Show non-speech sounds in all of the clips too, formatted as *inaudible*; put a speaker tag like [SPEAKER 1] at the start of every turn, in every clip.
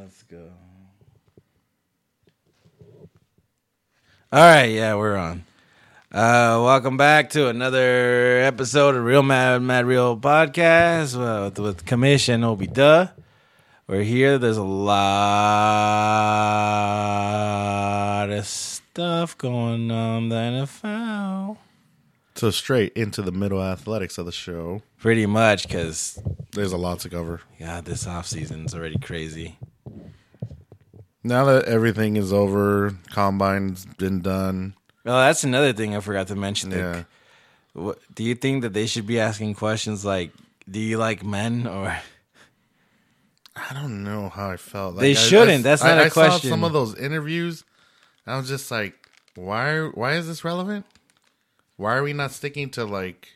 [SPEAKER 1] Let's go. All right, yeah, we're on. Uh, welcome back to another episode of Real Mad Mad Real Podcast uh, with, with Commission Obi Duh. We're here. There's a lot of stuff going on in the NFL.
[SPEAKER 2] So straight into the middle athletics of the show.
[SPEAKER 1] Pretty much, because
[SPEAKER 2] There's a lot to cover.
[SPEAKER 1] God, this offseason's already crazy.
[SPEAKER 2] Now that everything is over, combine's been done.
[SPEAKER 1] Well, that's another thing I forgot to mention. Like,
[SPEAKER 2] Yeah.
[SPEAKER 1] What, do you think that they should be asking questions like, "Do you like men?" Or
[SPEAKER 2] I don't know how I felt.
[SPEAKER 1] They
[SPEAKER 2] I- I-
[SPEAKER 1] shouldn't. That's not
[SPEAKER 2] I-
[SPEAKER 1] a
[SPEAKER 2] I
[SPEAKER 1] question.
[SPEAKER 2] Saw some of those interviews, I was just like, why? Why is this relevant? Why are we not sticking to like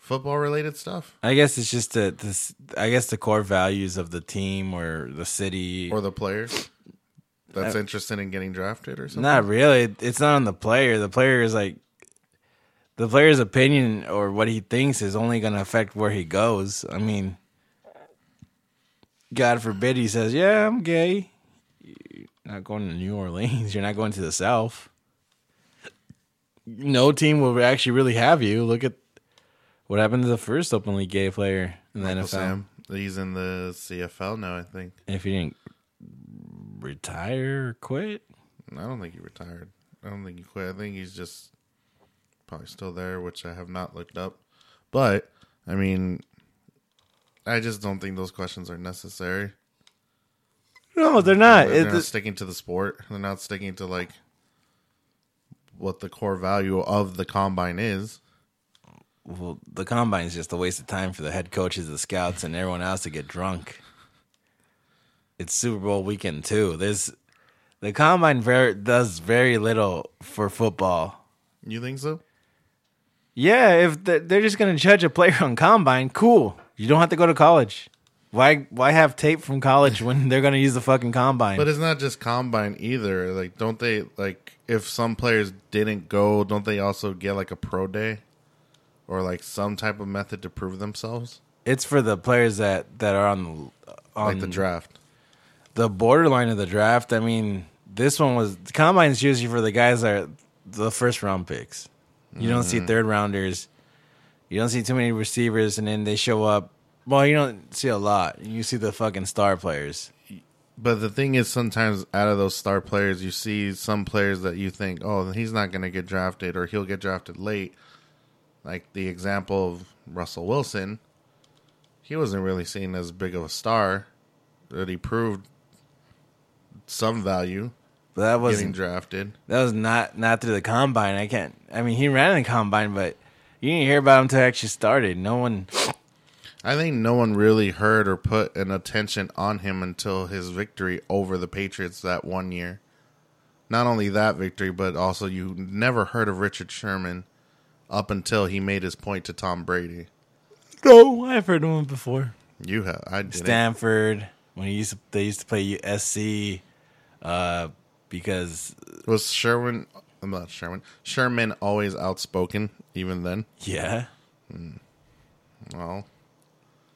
[SPEAKER 2] football related stuff
[SPEAKER 1] I guess it's just the, the s- I guess the core values of the team or the city.
[SPEAKER 2] or the players that's interested in getting drafted or something?
[SPEAKER 1] not really. It's not on the player. The player is like, the player's opinion or what he thinks is only going to affect where he goes. I mean, God forbid he says, "Yeah, I'm gay." You're not going to New Orleans. *laughs* You're not going to the South. No team will actually really have you. Look at what happened to the first openly gay player in the
[SPEAKER 2] Uncle
[SPEAKER 1] NFL.
[SPEAKER 2] Sam, he's in the CFL now. I think.
[SPEAKER 1] If he didn't retire or quit,
[SPEAKER 2] I don't think he retired. I don't think he quit. I think he's just probably still there, which I have not looked up. But I mean, I just don't think those questions are necessary.
[SPEAKER 1] no, they're not.
[SPEAKER 2] They're
[SPEAKER 1] It-
[SPEAKER 2] not sticking to the sport. They're not sticking to like what the core value of the combine is.
[SPEAKER 1] well, the combine is just a waste of time for the head coaches, the scouts, and everyone else to get drunk. It's Super Bowl weekend too. There's the combine ver does very little for football.
[SPEAKER 2] You think so?
[SPEAKER 1] Yeah, if the, they're just gonna judge a player on combine, cool. You don't have to go to college. Why? Why have tape from college when they're gonna use the fucking combine?
[SPEAKER 2] But it's not just combine either. Like, don't they like if some players didn't go, don't they also get like a pro day or like some type of method to prove themselves,
[SPEAKER 1] it's for the players that that are on the on
[SPEAKER 2] like the draft?
[SPEAKER 1] the borderline of the draft. I mean, this one was the combine's usually for the guys that are the first round picks. You don't see third rounders. You don't see too many receivers, and then they show up. Well, you don't see a lot. You see the fucking star players.
[SPEAKER 2] But the thing is, sometimes out of those star players, you see some players that you think, oh, he's not going to get drafted or he'll get drafted late. Like the example of Russell Wilson, he wasn't really seen as big of a star, but he proved some value
[SPEAKER 1] But that
[SPEAKER 2] getting
[SPEAKER 1] wasn't
[SPEAKER 2] drafted.
[SPEAKER 1] that was not not through the combine. I can't. I mean, he ran in the combine, but you didn't hear about him until it actually started. No one.
[SPEAKER 2] I think no one really heard or put an attention on him until his victory over the Patriots that one year. Not only that victory, but also you never heard of Richard Sherman up until he made his point to Tom Brady.
[SPEAKER 1] No, I've heard of him before.
[SPEAKER 2] You have I didn't.
[SPEAKER 1] Stanford when he used to, they used to play USC, uh, because
[SPEAKER 2] Was Sherman? I'm not Sherman. Sherman always outspoken, even then.
[SPEAKER 1] Yeah.
[SPEAKER 2] Well,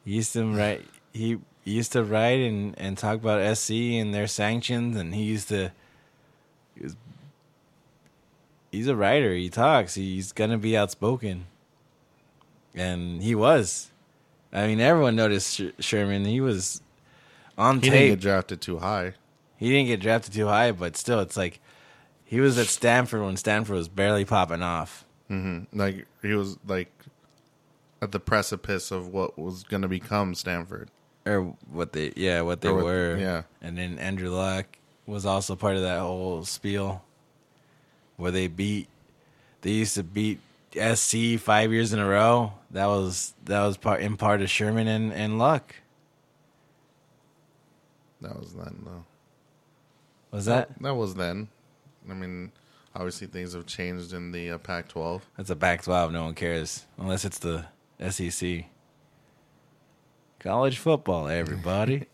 [SPEAKER 1] He used to write he he used to write and, and talk about SC and their sanctions and he used to he was, he's a writer, he talks, he's gonna be outspoken. And he was. I mean everyone noticed Sh- Sherman, he was on
[SPEAKER 2] he didn't
[SPEAKER 1] tape.
[SPEAKER 2] get drafted too high.
[SPEAKER 1] he didn't get drafted too high, but still it's like he was at Stanford when Stanford was barely popping off.
[SPEAKER 2] Like he was like at the precipice of what was going to become Stanford.
[SPEAKER 1] or what they yeah what they
[SPEAKER 2] Or what-
[SPEAKER 1] were
[SPEAKER 2] yeah.
[SPEAKER 1] and then Andrew Luck was also part of that whole spiel where they beat they used to beat SC five years in a row that was that was part in part of Sherman and and Luck
[SPEAKER 2] That was then, though.
[SPEAKER 1] was that
[SPEAKER 2] That was then. I mean, obviously things have changed in the uh, Pac-12.
[SPEAKER 1] that's a back twelve no one cares unless it's the SEC college football
[SPEAKER 2] *laughs*
[SPEAKER 1] everybody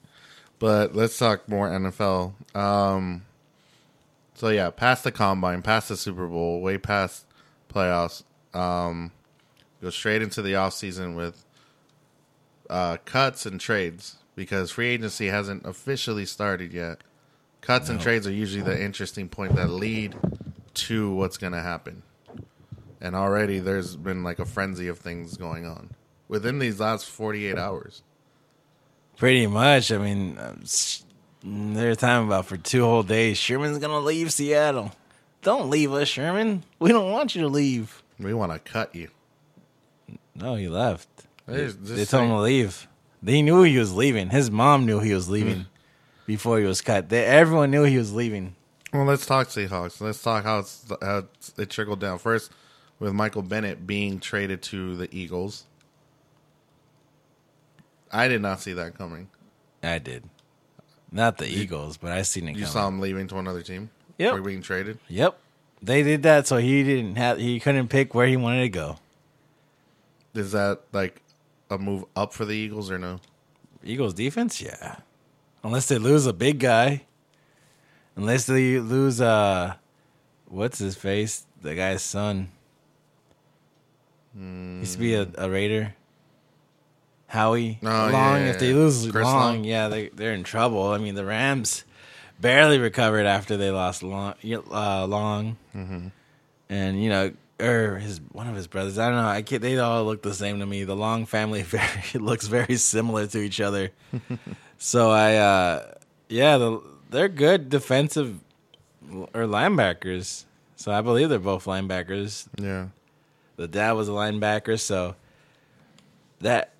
[SPEAKER 2] But let's talk more NFL. Um, so yeah, past the combine, past the Super Bowl, way past playoffs. Um, go straight into the offseason with uh, cuts and trades because free agency hasn't officially started yet. Cuts and
[SPEAKER 1] No. Oh.
[SPEAKER 2] trades are usually the interesting point that lead to what's going to happen. And already there's been like a frenzy of things going on within these last 48 hours.
[SPEAKER 1] Pretty much. I mean, um, sh- they're talking about for two whole days. Sherman's gonna leave Seattle. Don't leave us, Sherman. We don't want you to leave.
[SPEAKER 2] We want to cut you.
[SPEAKER 1] No, he left.
[SPEAKER 2] There's
[SPEAKER 1] they
[SPEAKER 2] this
[SPEAKER 1] told him
[SPEAKER 2] thing-
[SPEAKER 1] to leave. They knew he was leaving. His mom knew he was
[SPEAKER 2] Mm.
[SPEAKER 1] leaving before he was cut. They, everyone knew he was leaving.
[SPEAKER 2] Well, let's talk Seahawks. Let's talk how, it's, how it's- it trickled down. First, with Michael Bennett being traded to the Eagles. I did not see that coming.
[SPEAKER 1] I did. Not the Eagles, but I seen it
[SPEAKER 2] You
[SPEAKER 1] coming.
[SPEAKER 2] saw him leaving to another team?
[SPEAKER 1] Yep.
[SPEAKER 2] Or being traded?
[SPEAKER 1] Yep. They did that so he didn't have he couldn't pick where he wanted to go.
[SPEAKER 2] Is that like a move up for the Eagles or no?
[SPEAKER 1] Eagles defense, yeah. Unless they lose a big guy. Unless they lose uh what's his face? The guy's son. Used to be a, a Raider. Howie.
[SPEAKER 2] Oh,
[SPEAKER 1] long.
[SPEAKER 2] yeah, yeah,
[SPEAKER 1] if they
[SPEAKER 2] yeah.
[SPEAKER 1] lose
[SPEAKER 2] Chris
[SPEAKER 1] long,
[SPEAKER 2] Long.
[SPEAKER 1] yeah, they they're in trouble. I mean the Rams barely recovered after they lost long uh, long.
[SPEAKER 2] Mm-hmm.
[SPEAKER 1] And you know or his one of his brothers. I don't know. I can't, they all look the same to me. The Long family *laughs* very, looks very similar to each other. So I, uh, yeah, the, they're good defensive l- or linebackers. So I believe they're both linebackers.
[SPEAKER 2] Yeah.
[SPEAKER 1] The dad was a linebacker, so that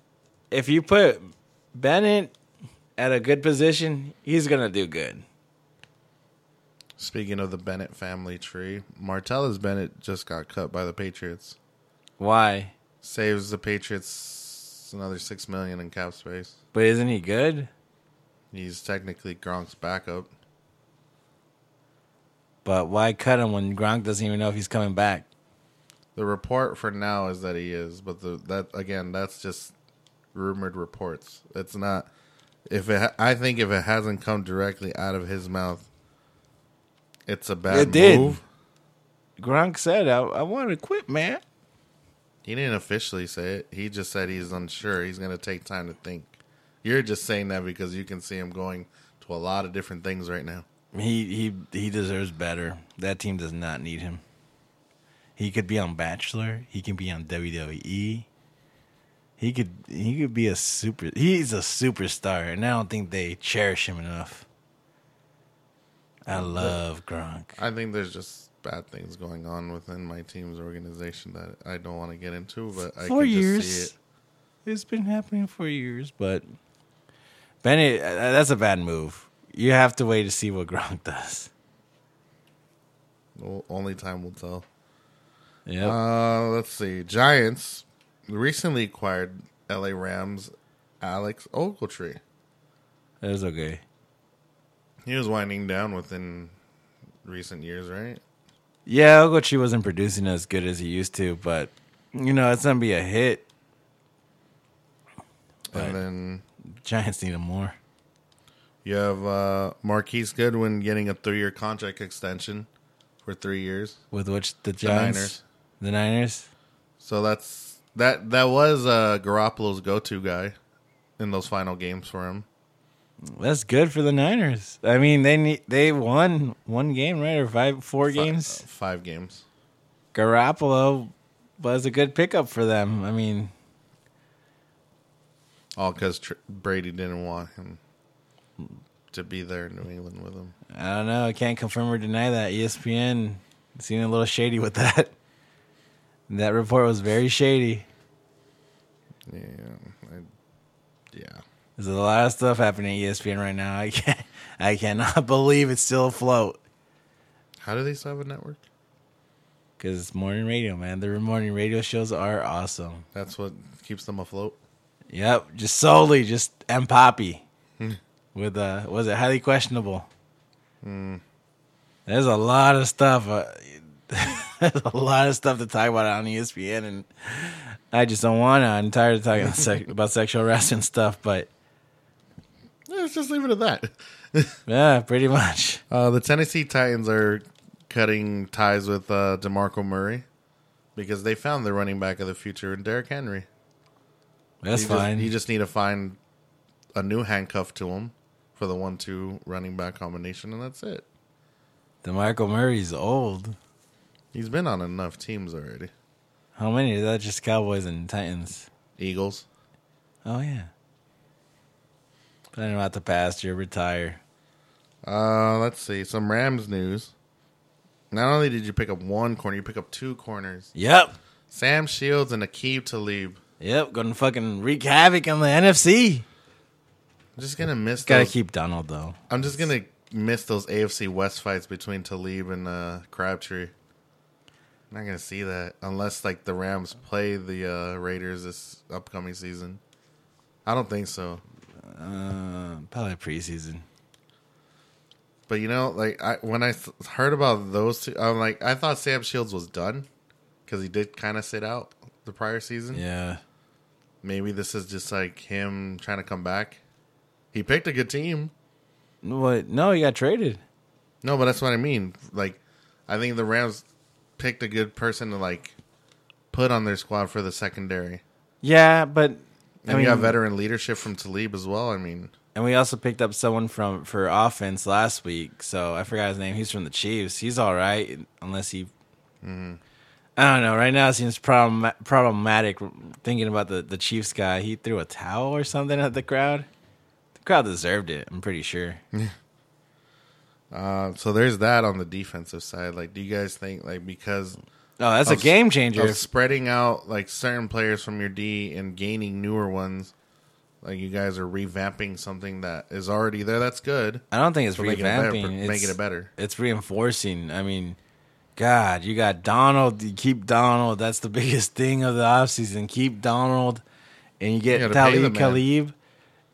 [SPEAKER 1] if you put Bennett at a good position, he's gonna do good.
[SPEAKER 2] Speaking of the Bennett family tree, Martellus Bennett just got cut by the Patriots.
[SPEAKER 1] Why?
[SPEAKER 2] Saves the Patriots another six million in cap space.
[SPEAKER 1] But isn't he good?
[SPEAKER 2] He's technically Gronk's backup.
[SPEAKER 1] But why cut him when Gronk doesn't even know if he's coming back?
[SPEAKER 2] The report for now is that he is, but the, that again, that's just rumored reports. It's not. If it, ha- I think if it hasn't come directly out of his mouth, it's a bad
[SPEAKER 1] It did.
[SPEAKER 2] move.
[SPEAKER 1] Gronk said, "I, I want to quit, man."
[SPEAKER 2] He didn't officially say it. He just said he's unsure. He's going to take time to think. You're just saying that because you can see him going to a lot of different things right now.
[SPEAKER 1] He he he deserves better. That team does not need him. He could be on Bachelor. He can be on WWE. He could he could be a super. He's a superstar, and I don't think they cherish him enough. I love Gronk.
[SPEAKER 2] I think there's just bad things going on within my team's organization that I don't want to get into, but I
[SPEAKER 1] Four
[SPEAKER 2] can
[SPEAKER 1] years.
[SPEAKER 2] just see it.
[SPEAKER 1] It's been happening for years, but Bennett, uh, that's a bad move. You have to wait to see what Gronk *laughs* does.
[SPEAKER 2] Well, only time will tell.
[SPEAKER 1] Yeah,
[SPEAKER 2] Uh, let's see. Giants recently acquired LA Rams Alex Ogletree.
[SPEAKER 1] that's okay.
[SPEAKER 2] He was winding down within recent years, right?
[SPEAKER 1] Yeah, Ogochi wasn't producing as good as he used to, but you know, it's gonna be a hit. Right.
[SPEAKER 2] And then
[SPEAKER 1] Giants need him more.
[SPEAKER 2] you have uh, Marquise Goodwin getting a three-year contract extension for three years.
[SPEAKER 1] With which the
[SPEAKER 2] The
[SPEAKER 1] Giants
[SPEAKER 2] Niners.
[SPEAKER 1] The Niners?
[SPEAKER 2] So that's that. That was uh, Garoppolo's go-to guy in those final games for him.
[SPEAKER 1] That's good for the Niners. I mean they need, they won one game, right? Or five four
[SPEAKER 2] Fi-
[SPEAKER 1] games.
[SPEAKER 2] uh, five games.
[SPEAKER 1] Garoppolo was a good pickup for them. I mean
[SPEAKER 2] All because Tr- Brady didn't want him to be there in New England with him.
[SPEAKER 1] I don't know. I can't confirm or deny that. E ESPN seemed a little shady with that. *laughs* That report was very shady.
[SPEAKER 2] Yeah, I, yeah.
[SPEAKER 1] There's a lot of stuff happening at E ESPN right now. I can't, I cannot *laughs* believe it's still afloat
[SPEAKER 2] How do they still have a network?
[SPEAKER 1] because it's morning radio, man. The morning radio shows are awesome.
[SPEAKER 2] That's what keeps them afloat.
[SPEAKER 1] Yep, just solely just M Poppy
[SPEAKER 2] Hmm.
[SPEAKER 1] with uh, was it highly questionable?
[SPEAKER 2] Hmm.
[SPEAKER 1] There's a lot of stuff. Uh, *laughs* there's a lot of stuff to talk about on E ESPN, and I just don't want to. I'm tired of talking sec- about sexual harassment stuff, but
[SPEAKER 2] Yeah, let's just leave it at that.
[SPEAKER 1] yeah, pretty much.
[SPEAKER 2] *laughs* Uh, the Tennessee Titans are cutting ties with uh, Demarco Murray because they found the running back of the future in Derrick Henry.
[SPEAKER 1] That's
[SPEAKER 2] you
[SPEAKER 1] fine.
[SPEAKER 2] Just, you just need to find a new handcuff to him for the one-two running back combination, and that's it.
[SPEAKER 1] The Michael Murray's old.
[SPEAKER 2] He's been on enough teams already.
[SPEAKER 1] How many is that? Just Cowboys and Titans.
[SPEAKER 2] Eagles.
[SPEAKER 1] Oh yeah. Put him out the pasture. Retire.
[SPEAKER 2] Uh, let's see some Rams news. Not only did you pick up one corner, you pick up two corners.
[SPEAKER 1] Yep.
[SPEAKER 2] Sam Shields and Akib Talib.
[SPEAKER 1] Yep. Gonna fucking wreak havoc on the NFC.
[SPEAKER 2] I'm just gonna miss.
[SPEAKER 1] Gotta
[SPEAKER 2] those-
[SPEAKER 1] keep Donald though.
[SPEAKER 2] I'm just gonna miss those AFC West fights between Talib and uh, Crabtree. I'm not gonna see that unless like the Rams play the uh, Raiders this upcoming season. I don't think so.
[SPEAKER 1] Uh, probably preseason.
[SPEAKER 2] But you know, like I when I th- heard about those two, I'm like, I thought Sam Shields was done because he did kind of sit out the prior season.
[SPEAKER 1] Yeah.
[SPEAKER 2] Maybe this is just like him trying to come back. He picked a good team.
[SPEAKER 1] What? No, he got traded.
[SPEAKER 2] No, but that's what I mean. Like, I think the Rams picked a good person to like put on their squad for the secondary.
[SPEAKER 1] Yeah, but
[SPEAKER 2] And we got veteran leadership from Talib as well. I mean,
[SPEAKER 1] And we also picked up someone from for offense last week. So I forgot his name. He's from the Chiefs. He's all right, unless he.
[SPEAKER 2] Mm-hmm.
[SPEAKER 1] I don't know. Right now, it seems problem, problematic thinking about the, the Chiefs guy. He threw a towel or something at the crowd. The crowd deserved it. I'm pretty sure. Oh,
[SPEAKER 2] uh, so there's that on the defensive side. Like, do you guys think like because
[SPEAKER 1] Oh, that's
[SPEAKER 2] Of-
[SPEAKER 1] a game changer.
[SPEAKER 2] of spreading out like certain players from your D and gaining newer ones, like you guys are revamping something that is already there. That's good.
[SPEAKER 1] I don't think it's
[SPEAKER 2] For making it better,
[SPEAKER 1] revamping.
[SPEAKER 2] for
[SPEAKER 1] it's,
[SPEAKER 2] making it better.
[SPEAKER 1] It's reinforcing. I mean, God, you got Donald. You keep Donald. That's the biggest thing of the offseason. Keep Donald, and you get
[SPEAKER 2] You gotta pay the
[SPEAKER 1] Talib Khalib.
[SPEAKER 2] man.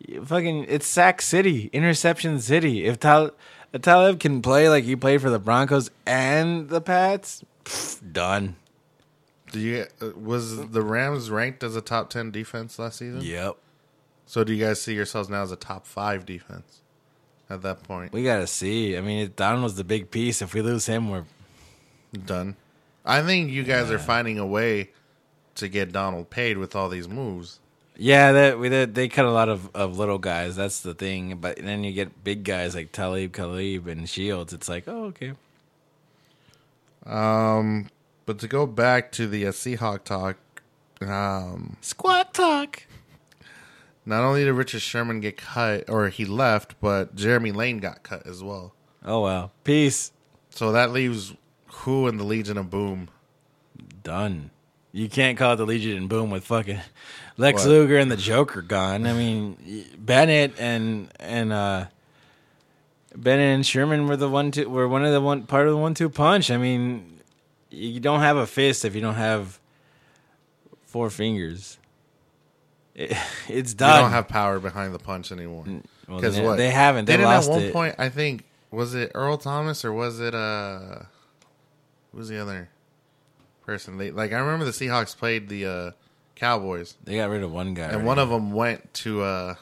[SPEAKER 1] You fucking, it's Sac City, interception city. If Tal- if Talib can play like he played for the Broncos and the Pats, pff, done.
[SPEAKER 2] Do you uh, was the Rams ranked as a top ten defense last season?
[SPEAKER 1] Yep.
[SPEAKER 2] So do you guys see yourselves now as a top five defense at that point?
[SPEAKER 1] We gotta see. I mean, if Donald's the big piece. If we lose him, we're
[SPEAKER 2] Done. I think you guys are finding a way to get Donald paid with all these moves.
[SPEAKER 1] Yeah, that we that they cut a lot of, of little guys. That's the thing. But then you get big guys like Talib Khalib and Shields. It's like, oh, okay.
[SPEAKER 2] But to go back to the uh, Seahawk talk, um,
[SPEAKER 1] Squawk talk.
[SPEAKER 2] not only did Richard Sherman get cut or he left, but Jeremy Lane got cut as well.
[SPEAKER 1] Oh well, peace.
[SPEAKER 2] So that leaves who in the Legion of Boom?
[SPEAKER 1] Done. You can't call it the Legion and boom with fucking Lex
[SPEAKER 2] What?
[SPEAKER 1] Luger and the Joker gone. I mean, y- Bennett and and uh Bennett and Sherman were the one two were one of the one part of the one two punch. I mean, you don't have a fist if you don't have four fingers. It- it's
[SPEAKER 2] They
[SPEAKER 1] done.
[SPEAKER 2] don't have power behind the punch anymore.
[SPEAKER 1] Well,
[SPEAKER 2] 'Cause
[SPEAKER 1] they,
[SPEAKER 2] what?
[SPEAKER 1] they haven't. They,
[SPEAKER 2] didn't
[SPEAKER 1] lost
[SPEAKER 2] at one
[SPEAKER 1] it.
[SPEAKER 2] point. I think was it Earl Thomas or was it uh, who was the other person? They like I remember the Seahawks played the uh, Cowboys,
[SPEAKER 1] They got rid of one guy.
[SPEAKER 2] and one of them went to uh,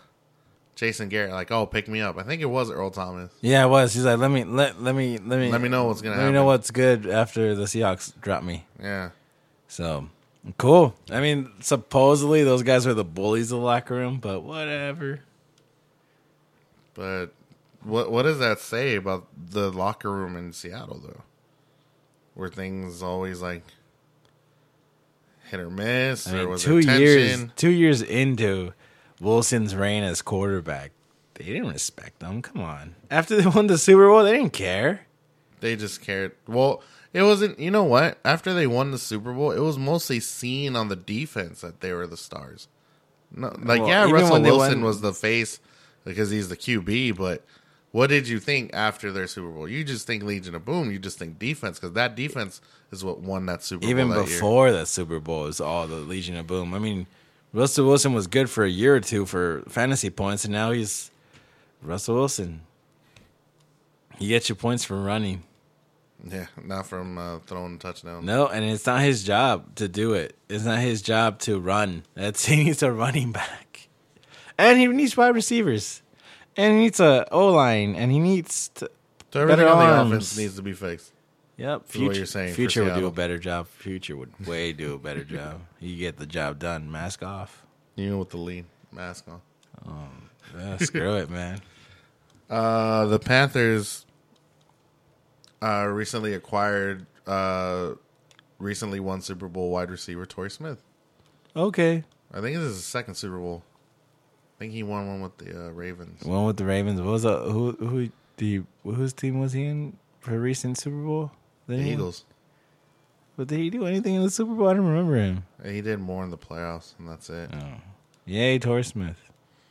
[SPEAKER 2] Jason Garrett like, "Oh, pick me up." I think it was Earl Thomas.
[SPEAKER 1] yeah, it was. He's like, let me let let me let me
[SPEAKER 2] Let me know what's gonna
[SPEAKER 1] let
[SPEAKER 2] happen.
[SPEAKER 1] me know what's good after the Seahawks drop me.
[SPEAKER 2] Yeah,
[SPEAKER 1] So cool. I mean, supposedly those guys were the bullies of the locker room, but whatever.
[SPEAKER 2] but what what does that say about the locker room in Seattle though? Were things always like hit or miss,
[SPEAKER 1] I
[SPEAKER 2] or
[SPEAKER 1] mean,
[SPEAKER 2] was
[SPEAKER 1] two
[SPEAKER 2] there tension?
[SPEAKER 1] years two years into Wilson's reign as quarterback, they didn't respect them. Come on. After they *laughs* won the Super Bowl, they didn't care.
[SPEAKER 2] They just cared. Well, it wasn't. You know what? After they won the Super Bowl, it was mostly seen on the defense that they were the stars. No, like
[SPEAKER 1] Well,
[SPEAKER 2] yeah,
[SPEAKER 1] even
[SPEAKER 2] Russell
[SPEAKER 1] when they
[SPEAKER 2] Wilson
[SPEAKER 1] won-
[SPEAKER 2] was the face because he's the QB. But what did you think after their Super Bowl? You just think Legion of Boom. You just think defense because that defense is what won that Super
[SPEAKER 1] Even
[SPEAKER 2] Bowl. that year.
[SPEAKER 1] before the Super Bowl, it was all the Legion of Boom. I mean, Russell Wilson was good for a year or two for fantasy points, and now he's Russell Wilson. He gets your points from running.
[SPEAKER 2] yeah, not from uh, throwing touchdowns.
[SPEAKER 1] No, and it's not his job to do it. It's not his job to run. That's he *laughs* needs a running back, and he needs wide receivers, and he needs a O line, and he needs to.
[SPEAKER 2] So everything
[SPEAKER 1] Better
[SPEAKER 2] on the
[SPEAKER 1] arms.
[SPEAKER 2] offense needs to be fixed.
[SPEAKER 1] Yep,
[SPEAKER 2] what you're saying for
[SPEAKER 1] Future would do
[SPEAKER 2] Seattle.
[SPEAKER 1] a better job. Future would way do a better *laughs* job. You get the job done. Mask off.
[SPEAKER 2] You know, with the lead mask on.
[SPEAKER 1] Yeah, screw it, man.
[SPEAKER 2] Uh, the Panthers uh, recently acquired uh, recently won Super Bowl wide receiver Torrey Smith.
[SPEAKER 1] Okay.
[SPEAKER 2] I think this is his second Super Bowl. I think he won one with the uh, Ravens.
[SPEAKER 1] One with the Ravens. What was the, who who the whose team was he in for recent Super Bowl?
[SPEAKER 2] The
[SPEAKER 1] Didn't he-
[SPEAKER 2] Eagles.
[SPEAKER 1] But did he do anything in the Super Bowl? I don't remember him.
[SPEAKER 2] He did more in the playoffs, and that's it.
[SPEAKER 1] Oh. Yay, Torrey Smith.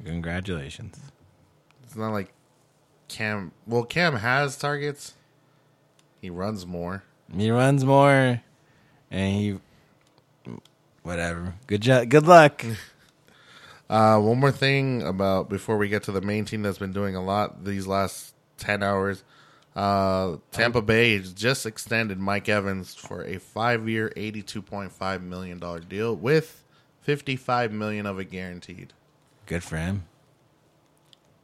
[SPEAKER 1] Congratulations.
[SPEAKER 2] It's not like Cam. Well, Cam has targets. He runs more.
[SPEAKER 1] He runs more, and he whatever. Good job. Good luck.
[SPEAKER 2] Uh, one more thing about before we get to the main team that's been doing a lot these last ten hours. Uh, Tampa Bay has just extended Mike Evans for a five-year, eighty-two point five million dollar deal with fifty-five million of it guaranteed.
[SPEAKER 1] Good for him.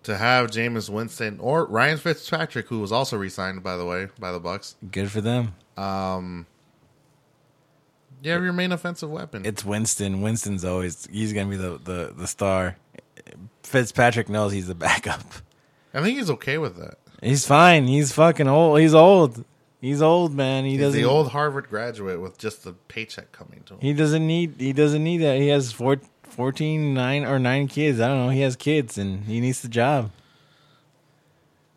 [SPEAKER 2] To have Jameis Winston or Ryan Fitzpatrick, who was also re-signed by the way by the Bucks,
[SPEAKER 1] Good for them.
[SPEAKER 2] you have your main offensive weapon.
[SPEAKER 1] It's Winston. Winston's always he's gonna be the the, the star. Fitzpatrick knows he's the backup.
[SPEAKER 2] I think he's okay with that.
[SPEAKER 1] He's fine. He's fucking old. He's old. He's old, man. He
[SPEAKER 2] He's
[SPEAKER 1] doesn't.
[SPEAKER 2] the old Harvard graduate with just the paycheck coming to him.
[SPEAKER 1] He doesn't need. He doesn't need that. He has four, 14, nine or nine kids. I don't know. He has kids and he needs the job.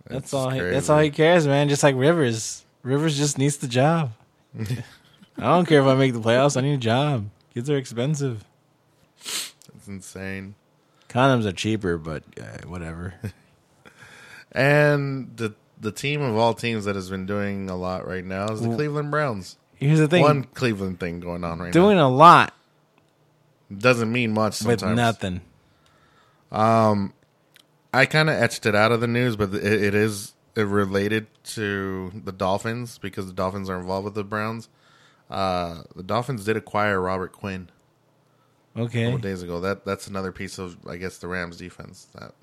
[SPEAKER 1] That's,
[SPEAKER 2] That's
[SPEAKER 1] all. He, that's
[SPEAKER 2] crazy.
[SPEAKER 1] all he cares, man. Just like Rivers. Rivers just needs the
[SPEAKER 2] *laughs*
[SPEAKER 1] job. I don't care if I make the playoffs. I need a job. Kids are expensive.
[SPEAKER 2] It's insane.
[SPEAKER 1] Condoms are cheaper, but uh, whatever.
[SPEAKER 2] And the the team of all teams that has been doing a lot right now is the
[SPEAKER 1] Well,
[SPEAKER 2] Cleveland Browns.
[SPEAKER 1] *laughs* Here's the thing.
[SPEAKER 2] One Cleveland thing going on right
[SPEAKER 1] doing a lot
[SPEAKER 2] now doesn't mean much
[SPEAKER 1] with
[SPEAKER 2] sometimes.
[SPEAKER 1] nothing.
[SPEAKER 2] I kind of etched it out of the news, but it, it is it related to the Dolphins because the Dolphins are involved with the Browns. Uh, the Dolphins did acquire Robert Quinn a
[SPEAKER 1] Okay.
[SPEAKER 2] couple days ago. That that's another piece of I guess the Rams defense that went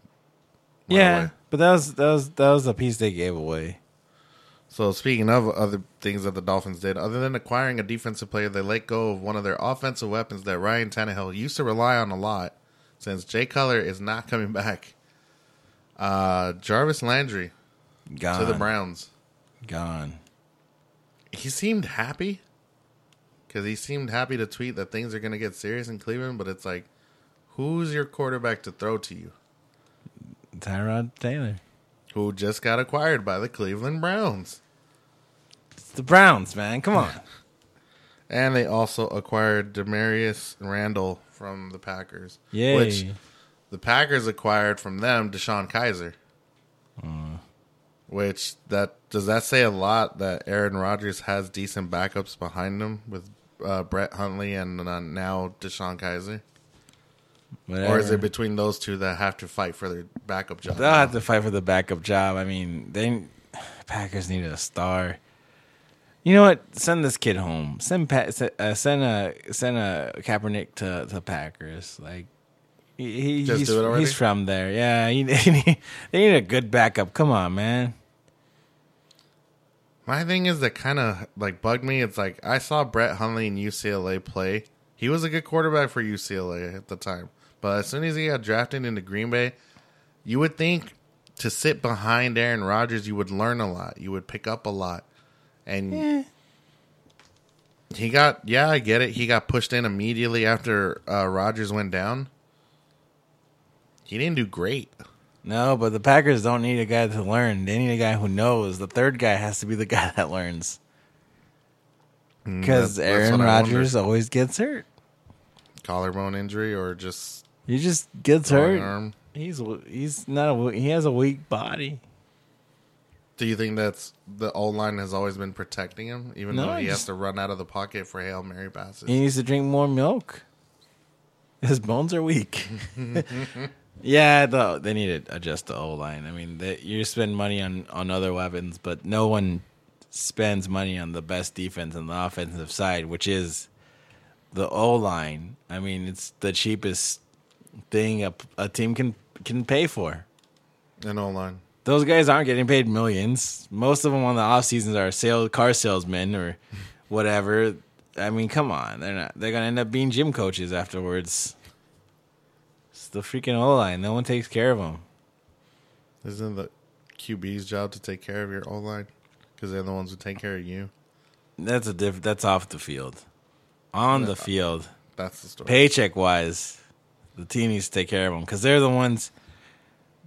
[SPEAKER 1] yeah,
[SPEAKER 2] away.
[SPEAKER 1] but that was that was that was the piece they gave away.
[SPEAKER 2] So speaking of other things that the Dolphins did, other than acquiring a defensive player, they let go of one of their offensive weapons that Ryan Tannehill used to rely on a lot, since Jay Cutler is not coming back. Uh, Jarvis Landry
[SPEAKER 1] Gone.
[SPEAKER 2] to the Browns.
[SPEAKER 1] Gone.
[SPEAKER 2] He seemed happy because he seemed happy to tweet that things are going to get serious in Cleveland, but it's like, who's your quarterback to throw to you?
[SPEAKER 1] Tyrod Taylor.
[SPEAKER 2] Who just got acquired by the Cleveland Browns.
[SPEAKER 1] It's the Browns, man. Come
[SPEAKER 2] *laughs*
[SPEAKER 1] on.
[SPEAKER 2] And they also acquired Demarius Randall from the Packers.
[SPEAKER 1] Yay.
[SPEAKER 2] the Packers acquired from them Deshaun Kaiser. Which that does that say a lot that Aaron Rodgers has decent backups behind him with uh, Brett Huntley and uh, now Deshaun Kaiser,
[SPEAKER 1] Whatever.
[SPEAKER 2] or is it between those two that have to fight for their backup job?
[SPEAKER 1] They'll have to fight for the backup job. I mean, they Packers need a star. You know what? Send this kid home. Send Pat. Send, uh, send a send a Kaepernick to to Packers. Like he, he-
[SPEAKER 2] Just
[SPEAKER 1] he's,
[SPEAKER 2] do it already?
[SPEAKER 1] he's from there. Yeah, *laughs* he, they need they need a good backup. Come on, man.
[SPEAKER 2] My thing is that kind of like bugged me. It's like I saw Brett Hundley in UCLA play. He was a good quarterback for UCLA at the time, but as soon as he got drafted into Green Bay, you would think to sit behind Aaron Rodgers, you would learn a lot, you would pick up a lot, and he got. Yeah, I get it. He got pushed in immediately after uh, Rodgers went down. He didn't do great.
[SPEAKER 1] No, but the Packers don't need a guy to learn. They need a guy who knows. The third guy has to be the *laughs* guy that learns. Because
[SPEAKER 2] Mm, that- that's
[SPEAKER 1] Aaron
[SPEAKER 2] what I
[SPEAKER 1] Rodgers always gets hurt.
[SPEAKER 2] Collarbone injury or just
[SPEAKER 1] He just gets
[SPEAKER 2] throwing
[SPEAKER 1] hurt.
[SPEAKER 2] arm.
[SPEAKER 1] He's he's not a he has a weak body.
[SPEAKER 2] Do you think that's the O line has always been protecting him, even
[SPEAKER 1] No,
[SPEAKER 2] though he
[SPEAKER 1] just-
[SPEAKER 2] has to run out of the pocket for hail mary passes?
[SPEAKER 1] He needs to drink more milk. His bones are *laughs* weak. yeah, though they need to adjust the O line. I mean, they, you spend money on on other weapons, but no one spends money on the best defense on the offensive side, which is the O line. I mean, it's the cheapest thing a, a team can can pay for.
[SPEAKER 2] An O line.
[SPEAKER 1] those guys aren't getting paid millions. Most of them on the off seasons are sale car salesmen or whatever. I mean, come on, they're not. They're gonna end up being gym coaches afterwards. It's the freaking O line. No one takes care of them.
[SPEAKER 2] Isn't the QB's job to take care of your O line? Because they're the ones who take care of you.
[SPEAKER 1] That's a diff. That's off the field. On the field,
[SPEAKER 2] That's the story.
[SPEAKER 1] paycheck wise, the team needs to take care of them because they're the ones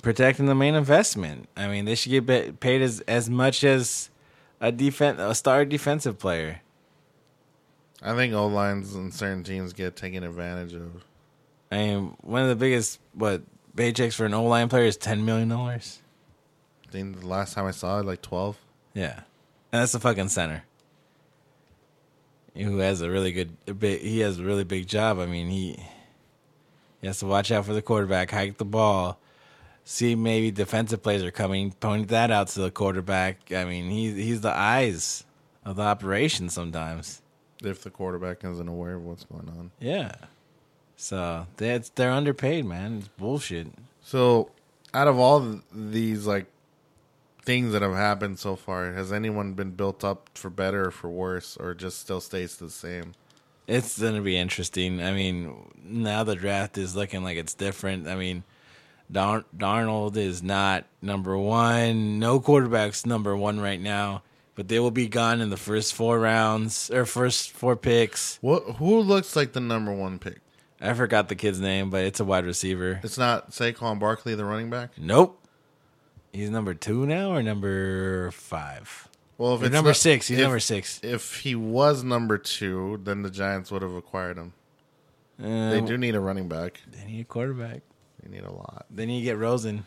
[SPEAKER 1] protecting the main investment. I mean, they should get ba- paid as as much as a defense a star defensive player.
[SPEAKER 2] I think O lines and certain teams get taken advantage of.
[SPEAKER 1] I mean, one of the biggest what paychecks for an O line player is ten million dollars.
[SPEAKER 2] I think the last time I saw it, like twelve.
[SPEAKER 1] Yeah, and that's the fucking center. Who has a really good? a big- He has a really big job. I mean, he he has to watch out for the quarterback, hike the ball, see maybe defensive plays are coming, point that out to the quarterback. I mean, he's he's the eyes of the operation sometimes.
[SPEAKER 2] If the quarterback isn't aware of what's going on.
[SPEAKER 1] Yeah, so that's they're underpaid, man. It's bullshit.
[SPEAKER 2] So, out of all th- these like things that have happened so far, has anyone been built up for better or for worse, or just still stays the same?
[SPEAKER 1] It's going to be interesting. I mean, now the draft is looking like it's different. I mean, Dar- Darnold is not number one. No quarterback's number one right now, but they will be gone in the first four rounds or first four picks.
[SPEAKER 2] What? Who looks like the number one pick?
[SPEAKER 1] I forgot the kid's name, but it's a wide receiver.
[SPEAKER 2] It's not Saquon Barkley, the running back.
[SPEAKER 1] Nope. He's number two now or number five?
[SPEAKER 2] Well, if
[SPEAKER 1] Or
[SPEAKER 2] it's
[SPEAKER 1] number
[SPEAKER 2] not-
[SPEAKER 1] six. He's
[SPEAKER 2] if-
[SPEAKER 1] number six.
[SPEAKER 2] If he was number two, then the Giants would have acquired him.
[SPEAKER 1] Uh,
[SPEAKER 2] They do need a running back.
[SPEAKER 1] They need a quarterback.
[SPEAKER 2] They need a lot.
[SPEAKER 1] They need to get Rosen.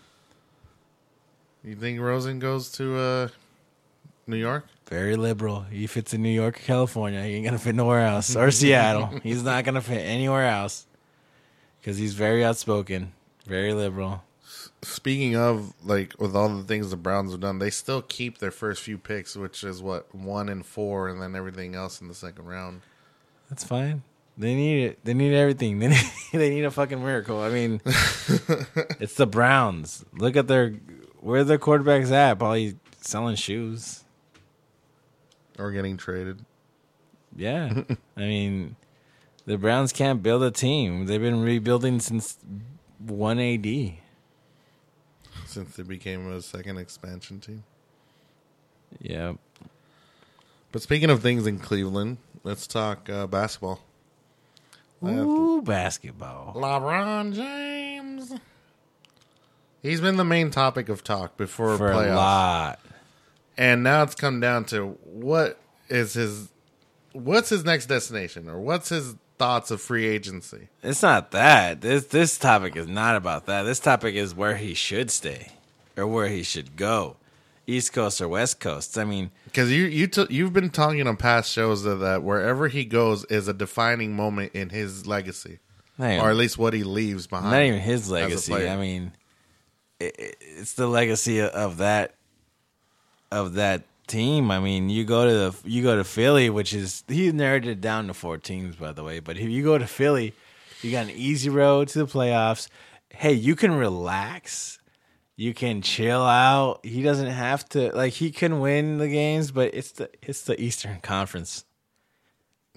[SPEAKER 2] You think Rosen goes to uh, New York?
[SPEAKER 1] Very liberal. He fits in New York or California. He ain't gonna fit nowhere else
[SPEAKER 2] *laughs*
[SPEAKER 1] or Seattle. He's not gonna fit anywhere else because he's very outspoken, very liberal.
[SPEAKER 2] Speaking of like with all the things the Browns have done, they still keep their first few picks, which is what one and four, and then everything else in the second round.
[SPEAKER 1] That's fine. They need it. They need everything. *laughs* They need, they need a fucking miracle. I
[SPEAKER 2] *laughs*
[SPEAKER 1] mean, it's the Browns. Look at their where their quarterbacks at. Probably selling shoes.
[SPEAKER 2] Or getting traded. *laughs*
[SPEAKER 1] Yeah. I mean, the Browns can't build a team. They've been rebuilding since one AD.
[SPEAKER 2] Since they became a second expansion team.
[SPEAKER 1] Yep.
[SPEAKER 2] But speaking of things in Cleveland, let's talk uh, basketball. I have to-
[SPEAKER 1] Ooh, basketball.
[SPEAKER 2] LeBron James. He's been the main topic of talk before
[SPEAKER 1] for
[SPEAKER 2] playoffs.
[SPEAKER 1] a lot.
[SPEAKER 2] and now it's come down to what is his what's his next destination or what's his thoughts of free agency
[SPEAKER 1] It's not that. This this topic is not about that. This topic is where he should stay or where he should go. East Coast or West Coast. I mean,
[SPEAKER 2] because you you t- you've been talking on past shows that, that wherever he goes is a defining moment in his legacy
[SPEAKER 1] not even,
[SPEAKER 2] or at least what he leaves behind
[SPEAKER 1] not even his legacy.
[SPEAKER 2] Uh-huh. player.
[SPEAKER 1] I mean, it, it- it's the legacy of that of that team. I mean, you go to the you go to Philly, which is he narrowed it down to four teams, by the way. But if you go to Philly, you got an easy road to the playoffs. Hey, you can relax. You can chill out. He doesn't have to like he can win the games, but it's the it's the Eastern Conference.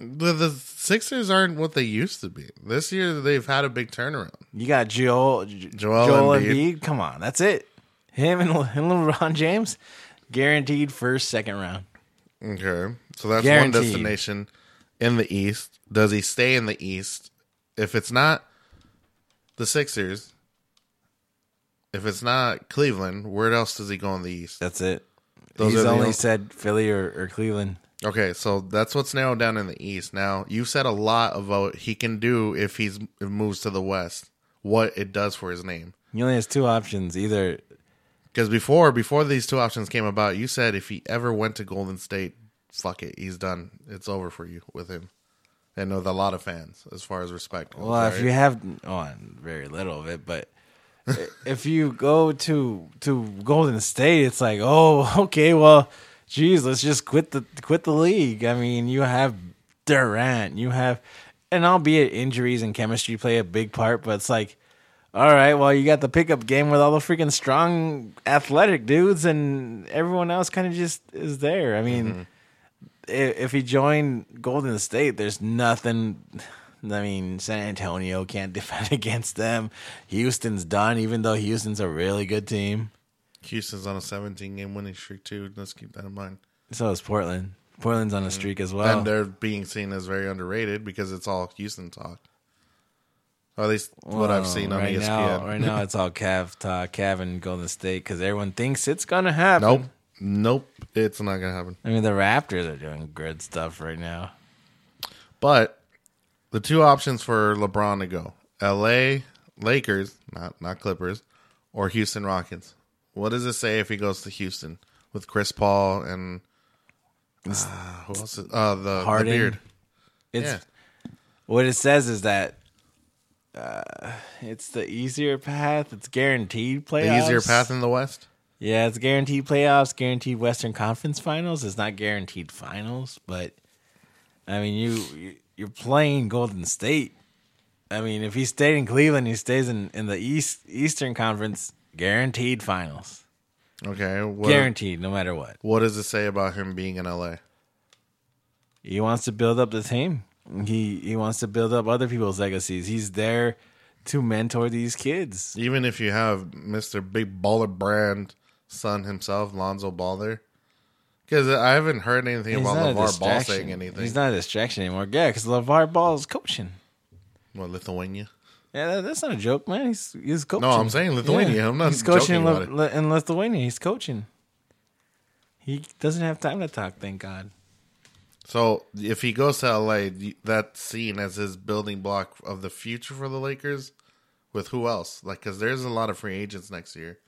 [SPEAKER 2] the, the sixers aren't what they used to be this year they've had a big turnaround
[SPEAKER 1] You got Joel, J-
[SPEAKER 2] Joel
[SPEAKER 1] Joel,
[SPEAKER 2] Embiid.
[SPEAKER 1] Embiid. Come on, that's it. Him and, Le- *laughs* and LeBron James, guaranteed first, second round.
[SPEAKER 2] okay so that's
[SPEAKER 1] Guaranteed.
[SPEAKER 2] one destination in the east does he stay in the east if it's not the sixers if it's not cleveland where else does he go in the east
[SPEAKER 1] That's it.
[SPEAKER 2] Those are
[SPEAKER 1] He's
[SPEAKER 2] the
[SPEAKER 1] only
[SPEAKER 2] only-
[SPEAKER 1] said Philly or, or Cleveland.
[SPEAKER 2] Okay, so that's what's narrowed down in the East. Now you've said a lot about what he can do if he's if moves to the West, what it does for his name.
[SPEAKER 1] He only has two options: either
[SPEAKER 2] Because before before these two options came about, you said if he ever went to Golden State, fuck it, he's done. It's over for you with him, and with a lot of fans as far as respect. goes,
[SPEAKER 1] well, if
[SPEAKER 2] right?
[SPEAKER 1] you have on very little of it, but if you go to to Golden State, it's like, oh, *laughs* okay, well, geez, let's just quit the quit the league. I mean, you have Durant, you have, and albeit injuries and chemistry play a big part, but it's like, all right, well, you got the pickup game with all the freaking strong, athletic dudes, and everyone else kind of just is there. I mean. i If he joined Golden State, there's nothing, I mean, San Antonio can't *laughs* defend against them. Houston's done, even though Houston's a really good team.
[SPEAKER 2] Houston's on a 17 game winning streak too. Let's keep that in mind.
[SPEAKER 1] So is Portland. Portland's on a streak as well.
[SPEAKER 2] And Mm. they're being seen as very underrated because it's all Houston talk. Or at least what I've
[SPEAKER 1] Well,
[SPEAKER 2] seen on E
[SPEAKER 1] right
[SPEAKER 2] ESPN.
[SPEAKER 1] Now, right now, it's
[SPEAKER 2] *laughs*
[SPEAKER 1] all Cav talk, Cav and Golden State, because everyone thinks it's gonna happen.
[SPEAKER 2] nope, nope, it's not gonna happen.
[SPEAKER 1] I mean, the Raptors are doing good stuff right now.
[SPEAKER 2] But the two options for LeBron to go: L.A. Lakers, not not Clippers, or Houston Rockets. What does it say if he goes to Houston with Chris Paul and uh, who else? Is, uh, the, the
[SPEAKER 1] Harden.
[SPEAKER 2] beard.
[SPEAKER 1] It's
[SPEAKER 2] Yeah,
[SPEAKER 1] what it says is that uh, it's the easier path. It's guaranteed
[SPEAKER 2] the
[SPEAKER 1] playoffs.
[SPEAKER 2] easier path in the West.
[SPEAKER 1] Yeah, it's guaranteed playoffs, guaranteed Western Conference Finals. It's not guaranteed finals, but I mean, you you- you're playing Golden State. I mean, if he stayed in Cleveland, he stays in, in the East Eastern Conference, guaranteed finals,
[SPEAKER 2] Okay, what,
[SPEAKER 1] guaranteed, no matter what.
[SPEAKER 2] what does it say about him being in L.A.?
[SPEAKER 1] He wants to build up the team. He he wants to build up other people's legacies. He's there to mentor these kids.
[SPEAKER 2] Even if you have Mr. Big Baller Brand son himself, Lonzo Ball there. Because I haven't heard anything
[SPEAKER 1] He's
[SPEAKER 2] about
[SPEAKER 1] not a
[SPEAKER 2] LeVar Ball
[SPEAKER 1] distraction.
[SPEAKER 2] saying anything.
[SPEAKER 1] He's not a distraction anymore. Yeah, because LeVar Ball is coaching.
[SPEAKER 2] what, Lithuania?
[SPEAKER 1] Yeah, that, that's not a joke, man. He's he's coaching.
[SPEAKER 2] No, I'm saying Lithuania. I'm not
[SPEAKER 1] He's coaching in,
[SPEAKER 2] joking
[SPEAKER 1] Li-
[SPEAKER 2] about it.
[SPEAKER 1] Li- in Lithuania. He's coaching. He doesn't have time to talk. Thank God.
[SPEAKER 2] So if he goes to LA, that's seen as his building block of the future for the Lakers. With who else? Like, because there's a lot of free agents next year,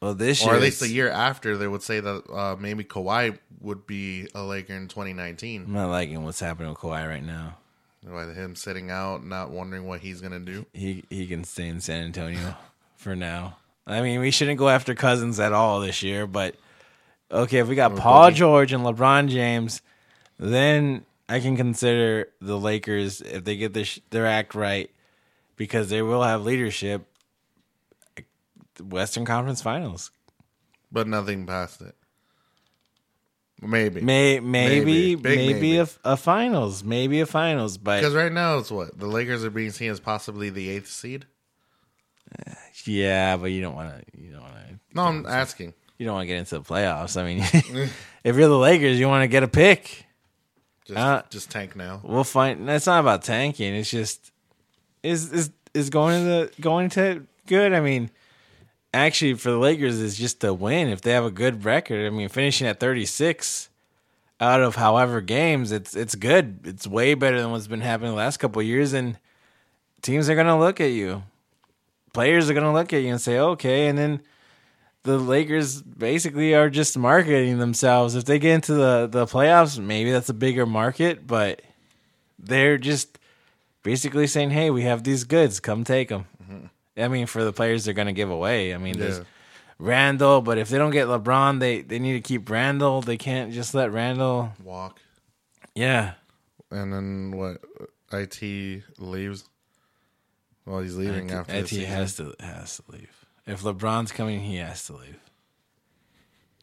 [SPEAKER 1] Well, this
[SPEAKER 2] or
[SPEAKER 1] year
[SPEAKER 2] at least the
[SPEAKER 1] it's-
[SPEAKER 2] year after. They would say that uh, maybe Kawhi would be a Laker in 2019.
[SPEAKER 1] I'm not liking what's happening with Kawhi right now.
[SPEAKER 2] By him sitting out, not wondering what he's gonna do.
[SPEAKER 1] He he can stay in San Antonio for now. I mean, we shouldn't go after Cousins at all this year, but okay, if we got Paul George and LeBron James, then I can consider the Lakers if they get their sh- their act right because they will have leadership. Western Conference Finals,
[SPEAKER 2] but nothing past it. Maybe
[SPEAKER 1] May,
[SPEAKER 2] Maybe.
[SPEAKER 1] maybe,
[SPEAKER 2] Big
[SPEAKER 1] maybe,
[SPEAKER 2] maybe.
[SPEAKER 1] A, a finals, maybe a finals,
[SPEAKER 2] because
[SPEAKER 1] but
[SPEAKER 2] right now it's what the Lakers are being seen as possibly the eighth seed.
[SPEAKER 1] yeah, but you don't want to, you don't want to,
[SPEAKER 2] No, I'm asking.
[SPEAKER 1] you don't want to get into the playoffs. I mean, *laughs* if you're the Lakers, you want to get a pick.
[SPEAKER 2] Just
[SPEAKER 1] Uh,
[SPEAKER 2] just tank now.
[SPEAKER 1] We'll find. That's not about tanking. It's just is is is going to the going to good. I mean, actually, for the Lakers, it's just a win if they have a good record. I mean, finishing at 36 out of however games, it's it's good. It's way better than what's been happening the last couple of years, and teams are going to look at you. Players are going to look at you and say, okay, and then. The Lakers basically are just marketing themselves. If they get into the, the playoffs, maybe that's a bigger market, but they're just basically saying, "Hey, we have these goods. Come take them." I mean, for the players they're going to give away. I mean, there's
[SPEAKER 2] Yeah.
[SPEAKER 1] Randall, but if they don't get LeBron, they they need to keep Randall. They can't just let Randall.
[SPEAKER 2] Walk
[SPEAKER 1] Yeah,
[SPEAKER 2] and then what? It leaves. Well, he's leaving after the
[SPEAKER 1] Eti
[SPEAKER 2] season.
[SPEAKER 1] has to has to leave. If LeBron's coming, he has to leave.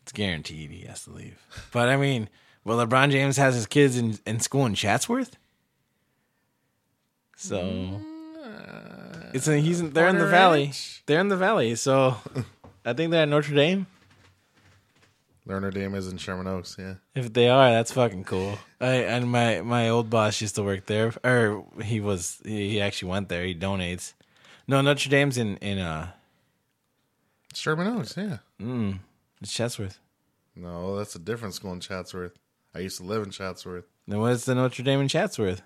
[SPEAKER 1] It's guaranteed he has to leave. But I mean, well, LeBron James has his kids in, in school in Chatsworth, so it's in he's in, they're in the
[SPEAKER 2] Porter
[SPEAKER 1] valley.
[SPEAKER 2] Ranch?
[SPEAKER 1] They're in the valley, so I think they're at Notre Dame.
[SPEAKER 2] Learner Dame is in Sherman Oaks. Yeah,
[SPEAKER 1] If they are, that's fucking cool. I and my my old boss used to work there, or he was he, he actually went there. He donates. No, Notre Dame's in in uh
[SPEAKER 2] Sherman Oaks. Yeah.
[SPEAKER 1] it's Chatsworth.
[SPEAKER 2] No, that's a different school in Chatsworth. I used to live in Chatsworth.
[SPEAKER 1] Then what's the Notre Dame in Chatsworth?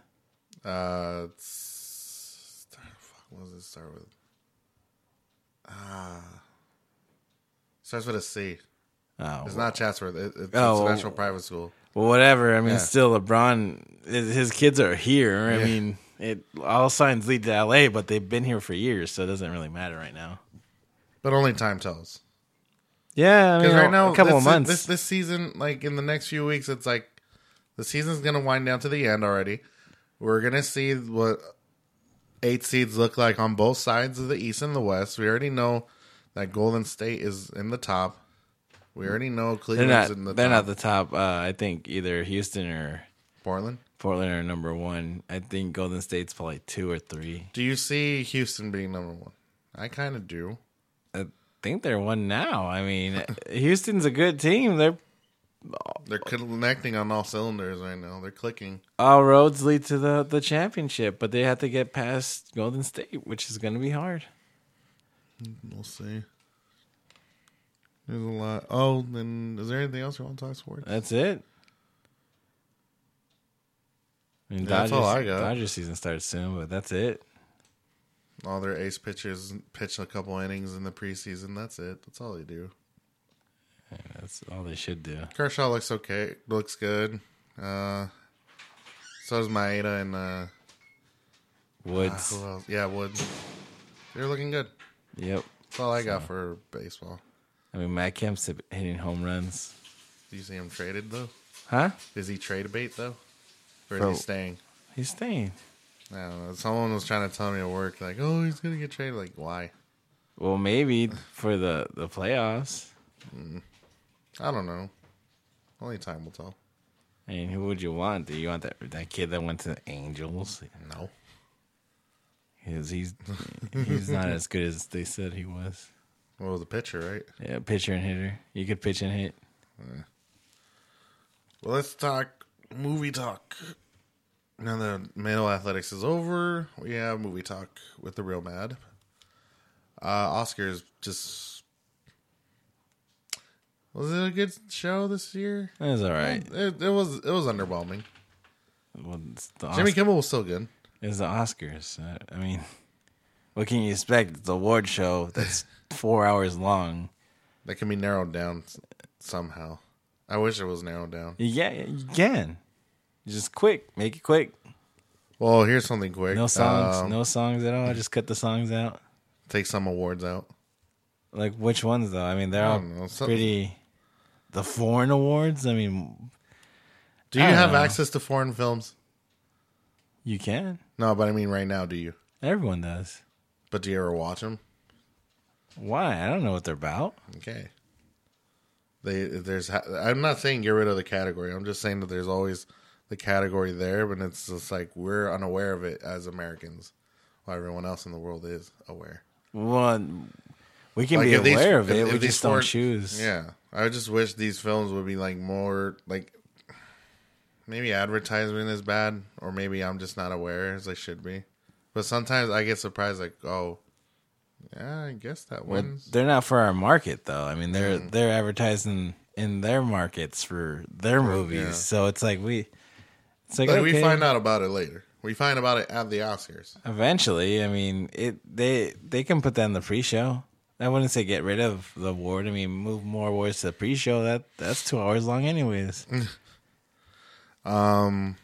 [SPEAKER 2] Uh, it's, fuck, what does it start with? Ah, starts with a C.
[SPEAKER 1] Oh,
[SPEAKER 2] It's not Chatsworth. It, it's,
[SPEAKER 1] Oh,
[SPEAKER 2] it's
[SPEAKER 1] well-
[SPEAKER 2] an actual private school.
[SPEAKER 1] well, whatever. I mean,
[SPEAKER 2] Yeah.
[SPEAKER 1] still LeBron, his his kids are here. I
[SPEAKER 2] Yeah.
[SPEAKER 1] mean, it all signs lead to L.A., but they've been here for years, so it doesn't really matter right now.
[SPEAKER 2] But only time tells.
[SPEAKER 1] Yeah, I mean,
[SPEAKER 2] Because right now,
[SPEAKER 1] a couple
[SPEAKER 2] this,
[SPEAKER 1] of months.
[SPEAKER 2] This this season, like in the next few weeks, it's like the season's gonna wind down to the end already. We're gonna see what eight seeds look like on both sides of the East and the West. We already know that Golden State is in the top. We already know
[SPEAKER 1] they're
[SPEAKER 2] Cleveland's
[SPEAKER 1] not.
[SPEAKER 2] in the
[SPEAKER 1] they're
[SPEAKER 2] top.
[SPEAKER 1] not the top. Uh, I think either Houston or
[SPEAKER 2] Portland.
[SPEAKER 1] Portland are number one. I think Golden State's probably two or three.
[SPEAKER 2] Do you see Houston being number one? I kind of do.
[SPEAKER 1] I think they're one now. I
[SPEAKER 2] *laughs*
[SPEAKER 1] mean, Houston's a good team. They're
[SPEAKER 2] They're connecting on all cylinders right now. They're clicking.
[SPEAKER 1] all roads lead to the the championship, but they have to get past Golden State, which is going to be hard.
[SPEAKER 2] We'll see. There's a lot. Oh, then is there anything else you want to talk sports?
[SPEAKER 1] That's it. I mean,
[SPEAKER 2] Yeah, that's all I got.
[SPEAKER 1] Dodger season starts soon, but that's it.
[SPEAKER 2] All their ace pitchers pitch a couple innings in the preseason. That's it. That's all they do.
[SPEAKER 1] That's all they should do.
[SPEAKER 2] Kershaw looks okay. Looks good. Uh, so does Maeda and uh,
[SPEAKER 1] Woods.
[SPEAKER 2] who else? Yeah, Wood. They're looking good.
[SPEAKER 1] Yep.
[SPEAKER 2] That's all I got for baseball.
[SPEAKER 1] I mean, Matt Kemp's hitting home runs.
[SPEAKER 2] Do you see him traded though?
[SPEAKER 1] Huh?
[SPEAKER 2] Is he trade bait though, or is
[SPEAKER 1] Bro.
[SPEAKER 2] he staying?
[SPEAKER 1] He's staying.
[SPEAKER 2] I don't know. Someone was trying to tell me at work, like, "Oh, he's gonna get traded." Like, why?
[SPEAKER 1] Well, maybe for the the playoffs.
[SPEAKER 2] I don't know. Only time will tell.
[SPEAKER 1] I mean, who would you want? Do you want that that kid that went to the Angels?
[SPEAKER 2] No.
[SPEAKER 1] Because he's he's not as good as they said he was.
[SPEAKER 2] Well, the pitcher, right?
[SPEAKER 1] Yeah, pitcher and hitter. You could pitch and hit.
[SPEAKER 2] Well, let's talk movie talk. Now the male athletics is over. We have movie talk with the real mad. Uh, Oscars just was it a good show this year?
[SPEAKER 1] That's all right.
[SPEAKER 2] It, it was. It was underwhelming.
[SPEAKER 1] Well, it's the
[SPEAKER 2] Jimmy
[SPEAKER 1] Oscars.
[SPEAKER 2] Kimmel was still good.
[SPEAKER 1] It's the Oscars. I, I mean, *laughs* what can you expect? It's the award show
[SPEAKER 2] *laughs*
[SPEAKER 1] that's four hours long.
[SPEAKER 2] That can be narrowed down s- somehow. I wish it was narrowed down.
[SPEAKER 1] You, get, you can. Just quick. Make it quick.
[SPEAKER 2] Well, here's something quick.
[SPEAKER 1] No songs.
[SPEAKER 2] Um,
[SPEAKER 1] no songs at all. Just cut the songs out.
[SPEAKER 2] Take some awards out.
[SPEAKER 1] Like, which ones, though? I mean, they're all
[SPEAKER 2] don't know, some-
[SPEAKER 1] pretty. The foreign awards? I mean,
[SPEAKER 2] Do you
[SPEAKER 1] I don't
[SPEAKER 2] have
[SPEAKER 1] know.
[SPEAKER 2] access to foreign films?
[SPEAKER 1] you can.
[SPEAKER 2] No, but I mean right now, do you?
[SPEAKER 1] Everyone does.
[SPEAKER 2] But do you ever watch them?
[SPEAKER 1] Why? I don't know what they're about.
[SPEAKER 2] Okay. They there's ha- I'm not saying get rid of the category. I'm just saying that there's always the category there, but it's just like we're unaware of it as Americans, while everyone else in the world is aware.
[SPEAKER 1] Well, we can
[SPEAKER 2] Like,
[SPEAKER 1] be
[SPEAKER 2] if these-
[SPEAKER 1] aware of
[SPEAKER 2] if-
[SPEAKER 1] it.
[SPEAKER 2] if
[SPEAKER 1] we
[SPEAKER 2] these
[SPEAKER 1] just don't
[SPEAKER 2] foreign-
[SPEAKER 1] choose.
[SPEAKER 2] Yeah, I just wish these films would be like more like maybe advertisement is bad, or maybe I'm just not aware as I should be. But sometimes I get surprised, like, oh, yeah, I guess that
[SPEAKER 1] Well,
[SPEAKER 2] wins.
[SPEAKER 1] they're not for our market though. I mean, they're
[SPEAKER 2] Mm.
[SPEAKER 1] they're advertising in their markets for their movies.
[SPEAKER 2] yeah.
[SPEAKER 1] So it's like we, it's like,
[SPEAKER 2] Like
[SPEAKER 1] okay,
[SPEAKER 2] we find out about it later. We find about it at the Oscars.
[SPEAKER 1] eventually. I mean, it they they can put that in the pre-show. I wouldn't say get rid of the award. I mean, move more awards to the pre-show. That that's two hours long, anyways.
[SPEAKER 2] Mm.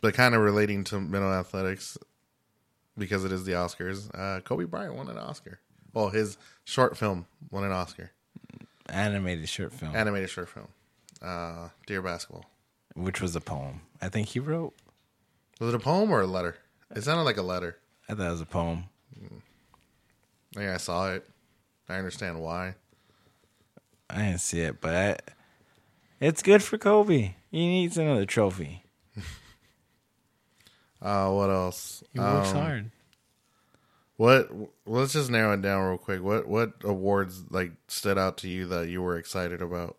[SPEAKER 2] But kind of relating to mental athletics because it is the Oscars. Uh, Kobe Bryant won an Oscar. Well, his short film won an Oscar,
[SPEAKER 1] Animated short film,
[SPEAKER 2] animated short film. Uh, Dear Basketball.
[SPEAKER 1] which was a poem. I think he wrote.
[SPEAKER 2] Was it a poem or a letter? It sounded like a letter.
[SPEAKER 1] I thought it was a poem.
[SPEAKER 2] Yeah, I saw it. I understand why.
[SPEAKER 1] I didn't see it, but I, it's good for Kobe. He needs another trophy.
[SPEAKER 2] Uh, what else?
[SPEAKER 1] He works
[SPEAKER 2] Um,
[SPEAKER 1] hard.
[SPEAKER 2] What? Let's just narrow it down real quick. What what awards like stood out to you that you were excited about?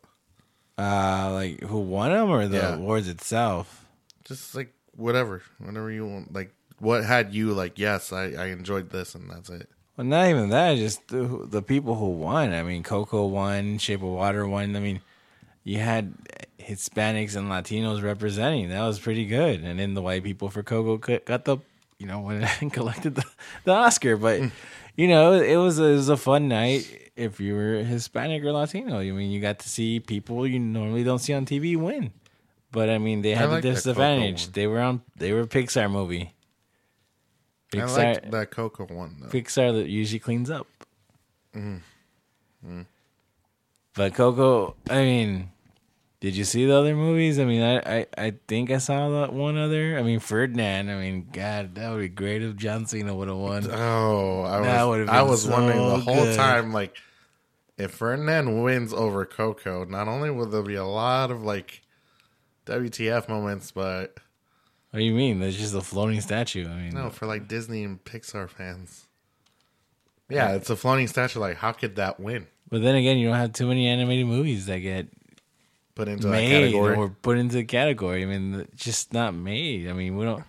[SPEAKER 1] Uh, like who won them or the
[SPEAKER 2] Yeah.
[SPEAKER 1] awards itself?
[SPEAKER 2] Just like whatever, whenever you want. Like what had you like? Yes, I I enjoyed this, and that's it.
[SPEAKER 1] Well, not even that. Just the, who- the people who won. I mean, Coco won. Shape of Water won. I mean, you had Hispanics and Latinos representing. That was pretty good. And then the white people for Coco co- got the you know *laughs* went and collected the, the Oscar. But
[SPEAKER 2] Hmm.
[SPEAKER 1] you know, it was a, it was a fun night. If you were Hispanic or Latino, I mean, you got to see people you normally don't see on TV win. But I mean, they had
[SPEAKER 2] like
[SPEAKER 1] the
[SPEAKER 2] that Coco
[SPEAKER 1] disadvantage.
[SPEAKER 2] one.
[SPEAKER 1] They were on. They were a Pixar movie.
[SPEAKER 2] I
[SPEAKER 1] Pixar,
[SPEAKER 2] liked that Coco one though.
[SPEAKER 1] Pixar that usually cleans up. But Coco, I mean, did you see the other movies? I mean, I, I, I think I saw that one other. I mean, Ferdinand. I mean, God, that would be great if John Cena would have won.
[SPEAKER 2] Oh, I
[SPEAKER 1] That
[SPEAKER 2] was
[SPEAKER 1] would've
[SPEAKER 2] I
[SPEAKER 1] been
[SPEAKER 2] was wondering
[SPEAKER 1] so
[SPEAKER 2] the whole
[SPEAKER 1] good.
[SPEAKER 2] time like if Fernand wins over Coco, not only will there be a lot of like WTF moments, but
[SPEAKER 1] What do you mean? That's just a floating statue. I mean,
[SPEAKER 2] no, for like Disney and Pixar fans. Yeah, it's a floating statue. Like, how could that win?
[SPEAKER 1] but then again, you don't have too many animated movies that get
[SPEAKER 2] Put into that
[SPEAKER 1] made
[SPEAKER 2] category.
[SPEAKER 1] or put into the category. I mean, th- just not made. I mean, we don't.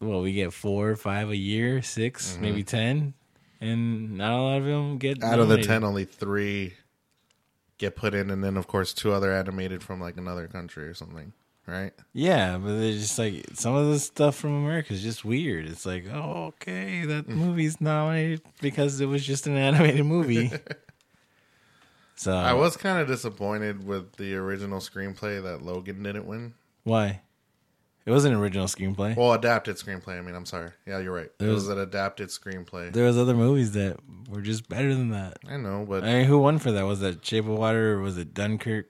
[SPEAKER 1] Well, we get four or five a year, 6 maybe ten, and not a lot of them get
[SPEAKER 2] Mm-hmm. Out of the
[SPEAKER 1] nominated.
[SPEAKER 2] ten, only three get put in, and then of course two other animated from like another country or something, right?
[SPEAKER 1] Yeah, but they're just like some of the stuff from America is just weird. It's like, oh, okay, that
[SPEAKER 2] Mm.
[SPEAKER 1] movie's nominated because it was just an *laughs* animated
[SPEAKER 2] *laughs*
[SPEAKER 1] movie. so
[SPEAKER 2] I was kind of disappointed with the original screenplay that Logan didn't win.
[SPEAKER 1] why? It was an original screenplay.
[SPEAKER 2] Well, adapted screenplay. I mean, I'm sorry. Yeah, you're right. It
[SPEAKER 1] There
[SPEAKER 2] was
[SPEAKER 1] was-
[SPEAKER 2] an adapted screenplay.
[SPEAKER 1] there was other movies that were just better than that.
[SPEAKER 2] I know, but
[SPEAKER 1] I mean, who won for that? Was that Shape of Water or was it Dunkirk?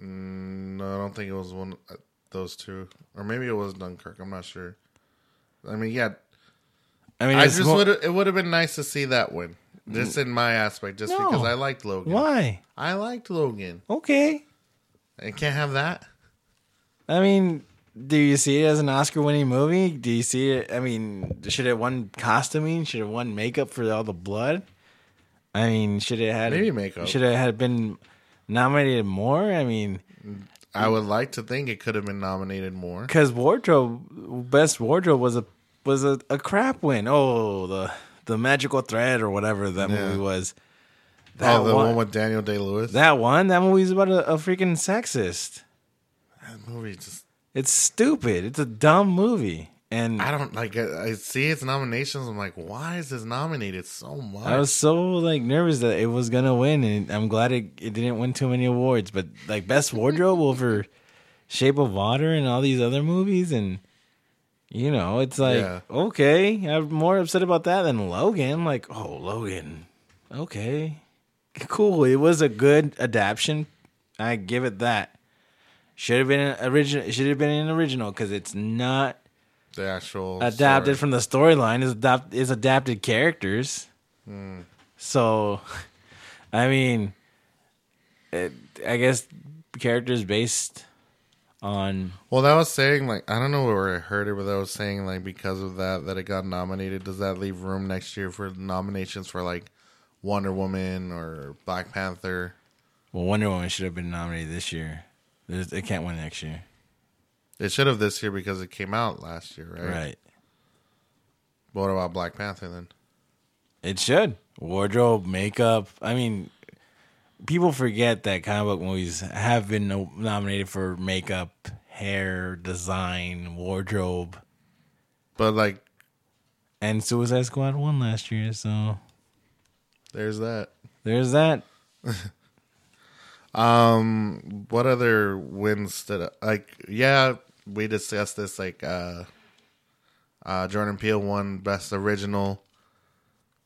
[SPEAKER 2] No, I don't think it was one uh, those two, or maybe it was Dunkirk. I'm not sure. I mean, yeah,
[SPEAKER 1] I mean,
[SPEAKER 2] I
[SPEAKER 1] it's
[SPEAKER 2] just
[SPEAKER 1] mo- Mm.
[SPEAKER 2] would. It would have been nice to see that win, just in my aspect, just
[SPEAKER 1] No.
[SPEAKER 2] because I liked Logan.
[SPEAKER 1] why?
[SPEAKER 2] I liked Logan.
[SPEAKER 1] Okay.
[SPEAKER 2] I can't have that.
[SPEAKER 1] I mean, do you see it as an Oscar winning movie? Do you see it? I mean, should it won costuming? Should it won makeup for all the blood? I mean, should it had
[SPEAKER 2] Maybe makeup.
[SPEAKER 1] Should it had been nominated more? I mean, Mm.
[SPEAKER 2] I would like to think it could have been nominated more.
[SPEAKER 1] because wardrobe, best wardrobe was a was a, a crap win. Oh, the the magical thread or whatever that
[SPEAKER 2] Yeah.
[SPEAKER 1] movie was. That
[SPEAKER 2] Oh, the
[SPEAKER 1] one,
[SPEAKER 2] one, with Daniel Day Lewis. That,
[SPEAKER 1] that one that movie's about a, a freaking sexist.
[SPEAKER 2] movie just.
[SPEAKER 1] It's stupid. It's a dumb movie. And
[SPEAKER 2] I don't like. uh, I, I see its nominations. I'm like, why is this nominated so much?
[SPEAKER 1] I was so like nervous that it was gonna win, and I'm glad it, it didn't win too many awards. But like best wardrobe over Shape of Water and all these other movies, and you know, it's like
[SPEAKER 2] Yeah.
[SPEAKER 1] okay, I'm more upset about that than Logan. I'm like, oh, Logan, okay, cool. It was a good adaptation. I give it that. Should have been an original. Should have been an original because it's not
[SPEAKER 2] the actual
[SPEAKER 1] adapted
[SPEAKER 2] story.
[SPEAKER 1] from the storyline is adapt is adapted characters. So, *laughs* I mean, it, I guess characters based on
[SPEAKER 2] Well, that was saying like I don't know where I heard it, but that was saying like because of that that it got nominated. Does that leave room next year for nominations for like Wonder Woman or Black Panther?
[SPEAKER 1] well, Wonder Woman should have been nominated this year. There's, it can't win next year,
[SPEAKER 2] It should have this year because it came out last year, right?
[SPEAKER 1] right?
[SPEAKER 2] But what about Black Panther then?
[SPEAKER 1] It should wardrobe, makeup. I mean, people forget that comic book movies have been no- nominated for makeup, hair, design, wardrobe.
[SPEAKER 2] But like,
[SPEAKER 1] And Suicide Squad won last year, so
[SPEAKER 2] there's that.
[SPEAKER 1] there's that.
[SPEAKER 2] What other wins did like? Yeah, we discussed this. Like, uh, uh, Jordan Peele won Best Original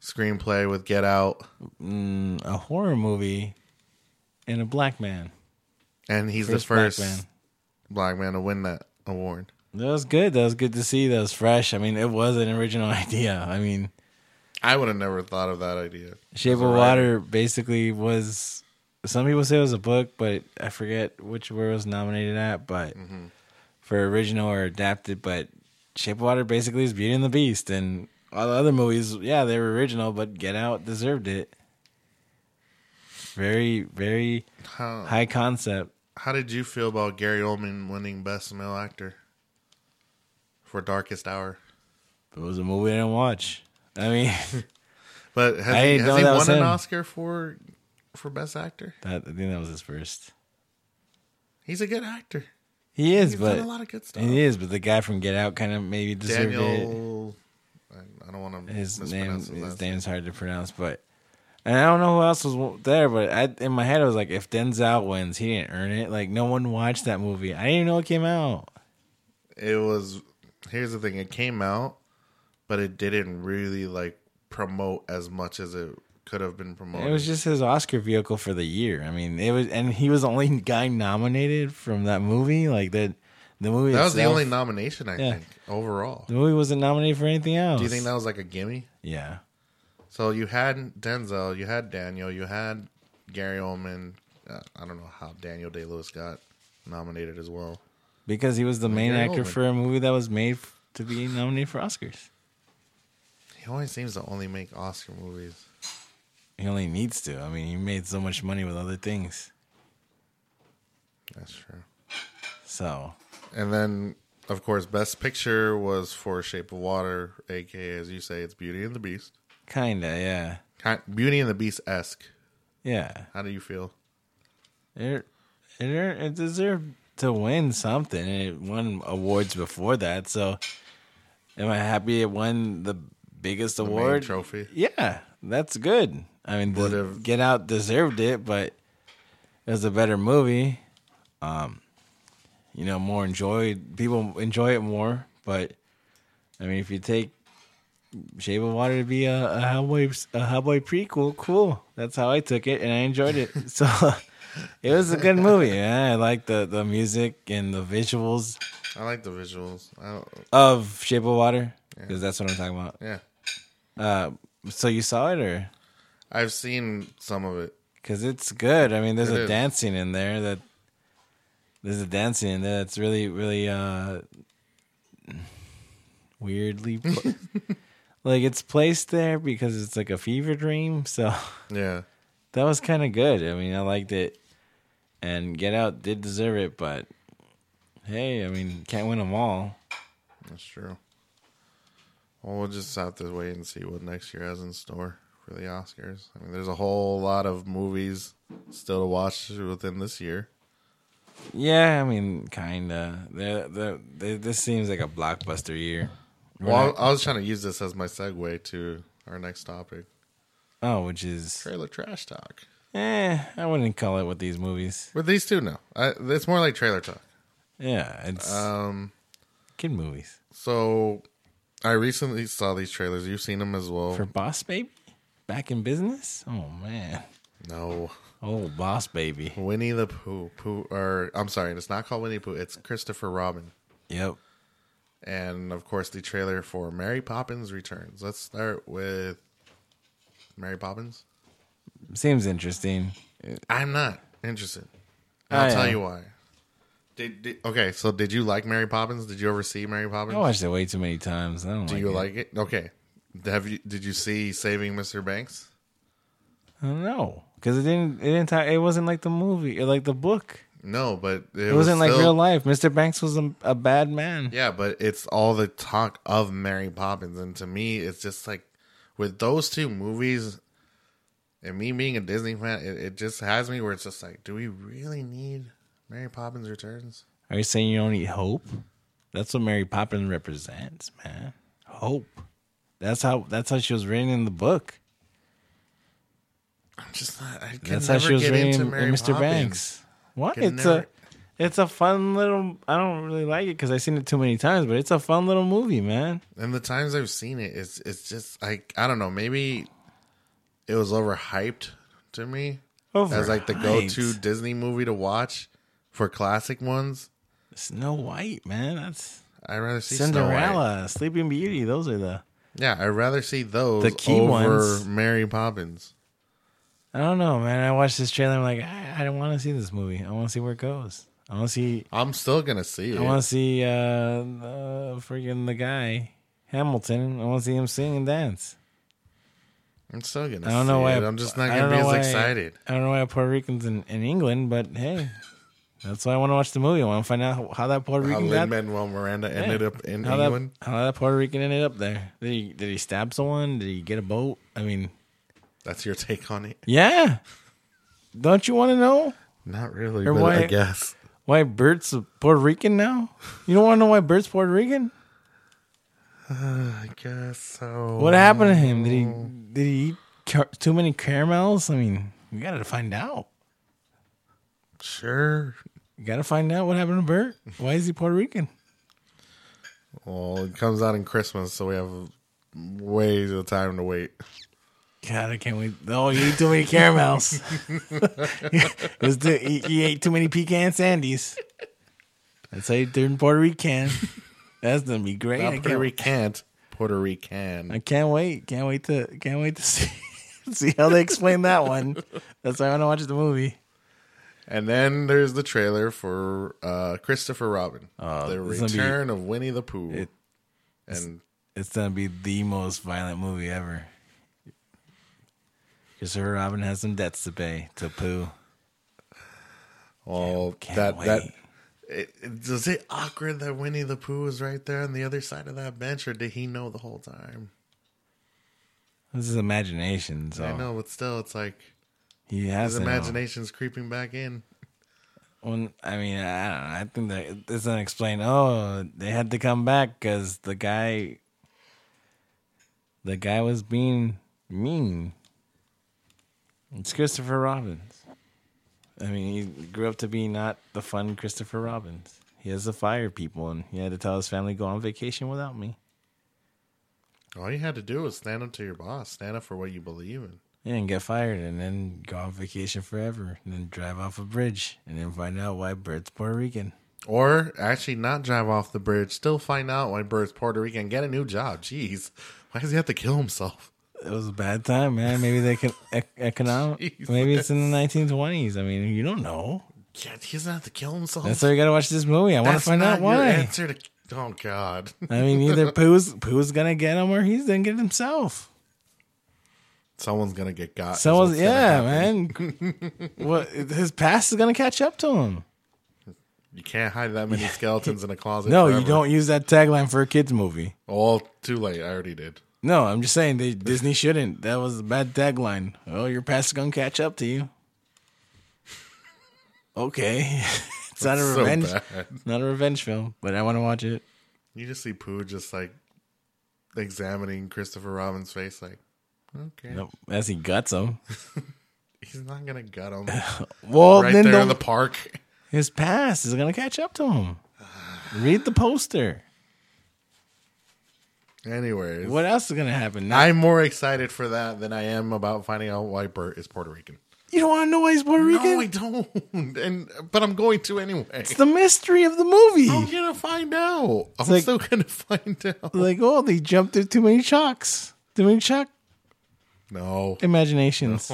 [SPEAKER 2] Screenplay with Get Out,
[SPEAKER 1] Mm, a horror movie and a black man.
[SPEAKER 2] and he's the
[SPEAKER 1] black
[SPEAKER 2] first black man to win that award.
[SPEAKER 1] That was good. That was good to see. That was fresh. I mean, it was an original *laughs* idea. I mean,
[SPEAKER 2] I would have never thought of that idea.
[SPEAKER 1] Shape
[SPEAKER 2] a
[SPEAKER 1] of Water basically was. Some people say it was a book, but I forget which where it was nominated at. But
[SPEAKER 2] Mm-hmm.
[SPEAKER 1] for original or adapted, but Shape of Water basically is Beauty and the Beast, and all the other movies, yeah, they were original, but Get Out deserved it. Very, very
[SPEAKER 2] How
[SPEAKER 1] high concept.
[SPEAKER 2] how did you feel about Gary Oldman winning Best Male Actor for Darkest Hour?
[SPEAKER 1] It was a movie I didn't watch. I mean, *laughs*
[SPEAKER 2] But has
[SPEAKER 1] I
[SPEAKER 2] he,
[SPEAKER 1] didn't
[SPEAKER 2] has
[SPEAKER 1] know
[SPEAKER 2] he
[SPEAKER 1] that
[SPEAKER 2] won
[SPEAKER 1] was
[SPEAKER 2] an
[SPEAKER 1] him.
[SPEAKER 2] Oscar for for Best Actor?
[SPEAKER 1] that, I think that was his first.
[SPEAKER 2] He's a good actor.
[SPEAKER 1] He is,
[SPEAKER 2] He's
[SPEAKER 1] but
[SPEAKER 2] done a lot of good stuff.
[SPEAKER 1] he is, but the guy from Get Out kind of maybe deserved it.
[SPEAKER 2] Daniel, I, I don't want to
[SPEAKER 1] His name,
[SPEAKER 2] mispronounce
[SPEAKER 1] his
[SPEAKER 2] his
[SPEAKER 1] name
[SPEAKER 2] name.
[SPEAKER 1] is hard to pronounce, but and I don't know who else was there, but I, in my head I was like, if Denzel wins, he didn't earn it. Like no one watched that movie. I didn't even know it came out.
[SPEAKER 2] It was. Here's the thing. It came out, but it didn't really like promote as much as it could have been promoted.
[SPEAKER 1] It was just his Oscar vehicle for the year. I mean, it was, and he was the only *laughs* guy nominated from that movie. Like the the movie
[SPEAKER 2] that was the
[SPEAKER 1] itself-
[SPEAKER 2] only nomination I
[SPEAKER 1] Yeah.
[SPEAKER 2] think overall.
[SPEAKER 1] the movie wasn't nominated for anything else.
[SPEAKER 2] Do you think that was like a gimme?
[SPEAKER 1] Yeah.
[SPEAKER 2] So you had Denzel, you had Daniel, you had Gary Oldman. Uh, I don't know how Daniel Day Lewis got nominated as well.
[SPEAKER 1] because he was the main
[SPEAKER 2] Gary
[SPEAKER 1] actor
[SPEAKER 2] Oldman.
[SPEAKER 1] for a movie that was made f- to be nominated for Oscars.
[SPEAKER 2] He always seems to only make Oscar movies.
[SPEAKER 1] He only needs to. I mean, he made so much money with other things.
[SPEAKER 2] That's true.
[SPEAKER 1] So
[SPEAKER 2] And then, of course, Best Picture was for Shape of Water, aka, as you say, it's Beauty and the Beast.
[SPEAKER 1] kinda, yeah,
[SPEAKER 2] Kind- Beauty and the Beast esque.
[SPEAKER 1] yeah.
[SPEAKER 2] How do you feel?
[SPEAKER 1] It it, it deserved to win something. It won awards before that. So am I happy it won the biggest
[SPEAKER 2] The main
[SPEAKER 1] award?
[SPEAKER 2] trophy.
[SPEAKER 1] Yeah, that's good. I mean, the-
[SPEAKER 2] Would've-
[SPEAKER 1] Get Out deserved it, but it was a better movie. Um, you know, more enjoyed. People enjoy it more, but I mean, if you take Shape of Water to be a, a Hellboy a Hellboy prequel, cool. That's how I took it, and I enjoyed it. *laughs* so it was a good movie. Yeah, I like the the music and the visuals
[SPEAKER 2] I like the visuals. I don't,
[SPEAKER 1] of Shape of Water because that's what I'm talking about.
[SPEAKER 2] yeah.
[SPEAKER 1] Uh, so you saw it or?
[SPEAKER 2] I've seen some of it.
[SPEAKER 1] Cause it's good. I mean, there's
[SPEAKER 2] It
[SPEAKER 1] a
[SPEAKER 2] is.
[SPEAKER 1] dancing in there that there's a dancing in there that's really, really uh weirdly
[SPEAKER 2] *laughs*
[SPEAKER 1] pl- like it's placed there because it's like a fever dream. So *laughs*
[SPEAKER 2] Yeah.
[SPEAKER 1] that was kind of good. I mean, I liked it, and Get Out did deserve it, but hey, I mean, can't win them all.
[SPEAKER 2] That's true. Well, we'll just have to wait and see what next year has in store for the Oscars. I mean, there's a whole lot of movies still to watch within this year.
[SPEAKER 1] Yeah, I mean, kinda. They're, they're, they this seems like a blockbuster year.
[SPEAKER 2] Well, I I was trying to use this as my segue to our next topic
[SPEAKER 1] Oh, which is
[SPEAKER 2] trailer trash talk.
[SPEAKER 1] eh, I wouldn't call it with these movies.
[SPEAKER 2] With these two, no. I, it's more like trailer talk.
[SPEAKER 1] Yeah, it's
[SPEAKER 2] Um,
[SPEAKER 1] kid movies
[SPEAKER 2] so I recently saw these trailers. You've seen them as well.
[SPEAKER 1] for Boss Baby. Back in business? Oh man!
[SPEAKER 2] no.
[SPEAKER 1] Oh, Boss Baby.
[SPEAKER 2] Winnie the Pooh. Pooh, or I'm sorry, it's not called Winnie the Pooh. It's Christopher Robin.
[SPEAKER 1] Yep.
[SPEAKER 2] and of course the trailer for Mary Poppins Returns. Let's start with Mary Poppins.
[SPEAKER 1] Seems interesting.
[SPEAKER 2] I'm not interested. And I'll
[SPEAKER 1] I
[SPEAKER 2] tell
[SPEAKER 1] am.
[SPEAKER 2] you why. Did, did- okay, so did you like Mary Poppins? Did you ever see Mary Poppins?
[SPEAKER 1] I watched it way too many times. I don't.
[SPEAKER 2] Do
[SPEAKER 1] like
[SPEAKER 2] you
[SPEAKER 1] it.
[SPEAKER 2] like it? Okay. Have you did you see Saving Mr. Banks?
[SPEAKER 1] I don't know because Uh, it didn't. It didn't. Tie, it wasn't like the movie or like the book.
[SPEAKER 2] No, but it,
[SPEAKER 1] It, wasn't
[SPEAKER 2] was
[SPEAKER 1] like
[SPEAKER 2] still-
[SPEAKER 1] real life. Mr. Banks was a, a bad man.
[SPEAKER 2] Yeah, but it's all the talk of Mary Poppins, and to me, it's just like with those two movies, and me being a Disney fan, it, it just has me where it's just like, do we really need Mary Poppins Returns?
[SPEAKER 1] Are you saying you don't eat hope? That's what Mary Poppins represents, man. Hope. That's how. That's how she was written in the book.
[SPEAKER 2] I'm just not. I can
[SPEAKER 1] That's how
[SPEAKER 2] never
[SPEAKER 1] she was
[SPEAKER 2] get
[SPEAKER 1] reading
[SPEAKER 2] into Mary
[SPEAKER 1] Mr.
[SPEAKER 2] Poppins.
[SPEAKER 1] Banks. What?
[SPEAKER 2] Could
[SPEAKER 1] it's
[SPEAKER 2] never-
[SPEAKER 1] a it's a fun little I don't really like it cuz I've seen it too many times, but it's a fun little movie, man.
[SPEAKER 2] And the times I've seen it, it's it's just like I don't know. Maybe it was overhyped to me as like the go-to
[SPEAKER 1] Overhyped.
[SPEAKER 2] Disney movie to watch for classic ones.
[SPEAKER 1] Snow White, man. That's
[SPEAKER 2] I'd rather see Snow White.
[SPEAKER 1] Cinderella, Sleeping Beauty, those are the
[SPEAKER 2] Yeah, I'd rather see those
[SPEAKER 1] The key
[SPEAKER 2] over
[SPEAKER 1] ones.
[SPEAKER 2] Mary Poppins.
[SPEAKER 1] I don't know, man. I watched this trailer I'm like I, I don't want to see this movie. I want to see where it goes. I want to see
[SPEAKER 2] I'm still gonna see it.
[SPEAKER 1] I want to see uh, uh freaking the guy Hamilton. I want to see him sing and dance.
[SPEAKER 2] I'm still gonna.
[SPEAKER 1] I don't know
[SPEAKER 2] see
[SPEAKER 1] why
[SPEAKER 2] It. I'm just not
[SPEAKER 1] I
[SPEAKER 2] gonna
[SPEAKER 1] don't
[SPEAKER 2] be as
[SPEAKER 1] know why-
[SPEAKER 2] excited.
[SPEAKER 1] I don't know why Puerto Ricans in, in England, but hey, that's why I want to watch the movie. I want to find out how, how that Puerto
[SPEAKER 2] How
[SPEAKER 1] Rican
[SPEAKER 2] Lin
[SPEAKER 1] got,
[SPEAKER 2] Manuel Miranda ended up in
[SPEAKER 1] how that
[SPEAKER 2] England.
[SPEAKER 1] how that Puerto Rican ended up there. Did he did he stab someone? Did he get a boat? I mean,
[SPEAKER 2] That's your take on it.
[SPEAKER 1] yeah. Don't you want to know
[SPEAKER 2] Not really,
[SPEAKER 1] Or
[SPEAKER 2] but
[SPEAKER 1] why-
[SPEAKER 2] I guess
[SPEAKER 1] why Bert's Puerto Rican now? You don't want to know why Bert's Puerto Rican?
[SPEAKER 2] I guess so.
[SPEAKER 1] What happened to him? Did he did he eat car- too many caramels? I mean, we got to find out.
[SPEAKER 2] Sure.
[SPEAKER 1] You got to find out what happened to Bert. Why is he Puerto Rican?
[SPEAKER 2] Well, it comes out in Christmas, so we have ways of time to wait.
[SPEAKER 1] God, I can't wait. Oh, you eat too many
[SPEAKER 2] *laughs*
[SPEAKER 1] caramels. *laughs* it was too, you, you ate too many pecan sandies. That's how you turn Puerto Rican. That's gonna be great. I
[SPEAKER 2] Not Puerto
[SPEAKER 1] can't,
[SPEAKER 2] Rican. Puerto Rican.
[SPEAKER 1] I can't wait. Can't wait to *laughs* can't wait to see see how they explain that one. That's why I want to watch the movie.
[SPEAKER 2] And then there's the trailer for uh, Christopher Robin,
[SPEAKER 1] Oh,
[SPEAKER 2] the
[SPEAKER 1] it's gonna be-
[SPEAKER 2] return of Winnie the Pooh,
[SPEAKER 1] It-
[SPEAKER 2] and
[SPEAKER 1] It's gonna be the most violent movie ever. Christopher Robin has some debts to pay to Pooh.
[SPEAKER 2] all
[SPEAKER 1] oh, Can't
[SPEAKER 2] that
[SPEAKER 1] wait.
[SPEAKER 2] that. It, it, is it awkward that Winnie the Pooh is right there on the other side of that bench, or did he know the whole time?
[SPEAKER 1] This is imagination, so
[SPEAKER 2] I know, but still, it's like
[SPEAKER 1] he has
[SPEAKER 2] his
[SPEAKER 1] to know.
[SPEAKER 2] imagination's creeping back in.
[SPEAKER 1] When I mean, I don't know. I think that it's not explained. Oh, they had to come back because the guy, the guy was being mean. It's Christopher Robbins. I mean, he grew up to be not the fun Christopher Robbins. He has to fire people, and he had to tell his family go on vacation without me.
[SPEAKER 2] All you had to do was stand up to your boss, stand up for what you believe in.
[SPEAKER 1] Yeah, and get fired, and then go on vacation forever, and then drive off a bridge, and then find out why Bert's Puerto Rican.
[SPEAKER 2] Or actually not drive off the bridge, still find out why Bird's Puerto Rican, get a new job. Jeez. Why does he have to kill himself?
[SPEAKER 1] it was a bad time, man. Maybe they
[SPEAKER 2] *laughs*
[SPEAKER 1] can ec- economic.
[SPEAKER 2] Jesus.
[SPEAKER 1] Maybe it's in the 1920s. I mean, you don't know.
[SPEAKER 2] Yeah, he doesn't have to kill himself.
[SPEAKER 1] That's why you gotta watch this movie. I want to
[SPEAKER 2] That's
[SPEAKER 1] find out
[SPEAKER 2] not your
[SPEAKER 1] why.
[SPEAKER 2] answer to Oh God. *laughs*
[SPEAKER 1] I mean, either Pooh's Pooh's gonna get him or he's gonna get himself.
[SPEAKER 2] Someone's gonna get got. is
[SPEAKER 1] Someone's
[SPEAKER 2] what's gonna
[SPEAKER 1] yeah,
[SPEAKER 2] happen.
[SPEAKER 1] man.
[SPEAKER 2] *laughs*
[SPEAKER 1] what his past is gonna catch up to him.
[SPEAKER 2] You can't hide that many skeletons in a closet.
[SPEAKER 1] No, you
[SPEAKER 2] forever.
[SPEAKER 1] don't use that tagline for a kids movie.
[SPEAKER 2] All too late. I already did.
[SPEAKER 1] No, I'm just saying they, Disney shouldn't. That was a bad tagline. Oh, your past is gonna catch up to you. Okay, *laughs* it's not a
[SPEAKER 2] So
[SPEAKER 1] revenge,
[SPEAKER 2] bad. *laughs*
[SPEAKER 1] not a revenge film, but I want to watch it.
[SPEAKER 2] You just see Pooh just like examining Christopher Robin's face like Okay.
[SPEAKER 1] Nope. As he guts him.
[SPEAKER 2] He's not gonna gut him.
[SPEAKER 1] *laughs* Well,
[SPEAKER 2] right
[SPEAKER 1] then
[SPEAKER 2] there in
[SPEAKER 1] don't,
[SPEAKER 2] the park. *laughs*
[SPEAKER 1] his past is gonna catch up to him. *sighs* Read the poster.
[SPEAKER 2] Anyways.
[SPEAKER 1] What else is gonna happen? Now,
[SPEAKER 2] I'm more excited for that than I am about finding out why Bert is Puerto Rican.
[SPEAKER 1] you don't want to know why he's Puerto Rican.
[SPEAKER 2] No, I don't. *laughs* And but I'm going to anyway.
[SPEAKER 1] it's the mystery of the movie.
[SPEAKER 2] I'm gonna find out. I'm
[SPEAKER 1] like-
[SPEAKER 2] still *laughs* gonna find out.
[SPEAKER 1] Like, oh, they jumped through too many chocks, too many chalk
[SPEAKER 2] No,
[SPEAKER 1] *laughs* imaginations.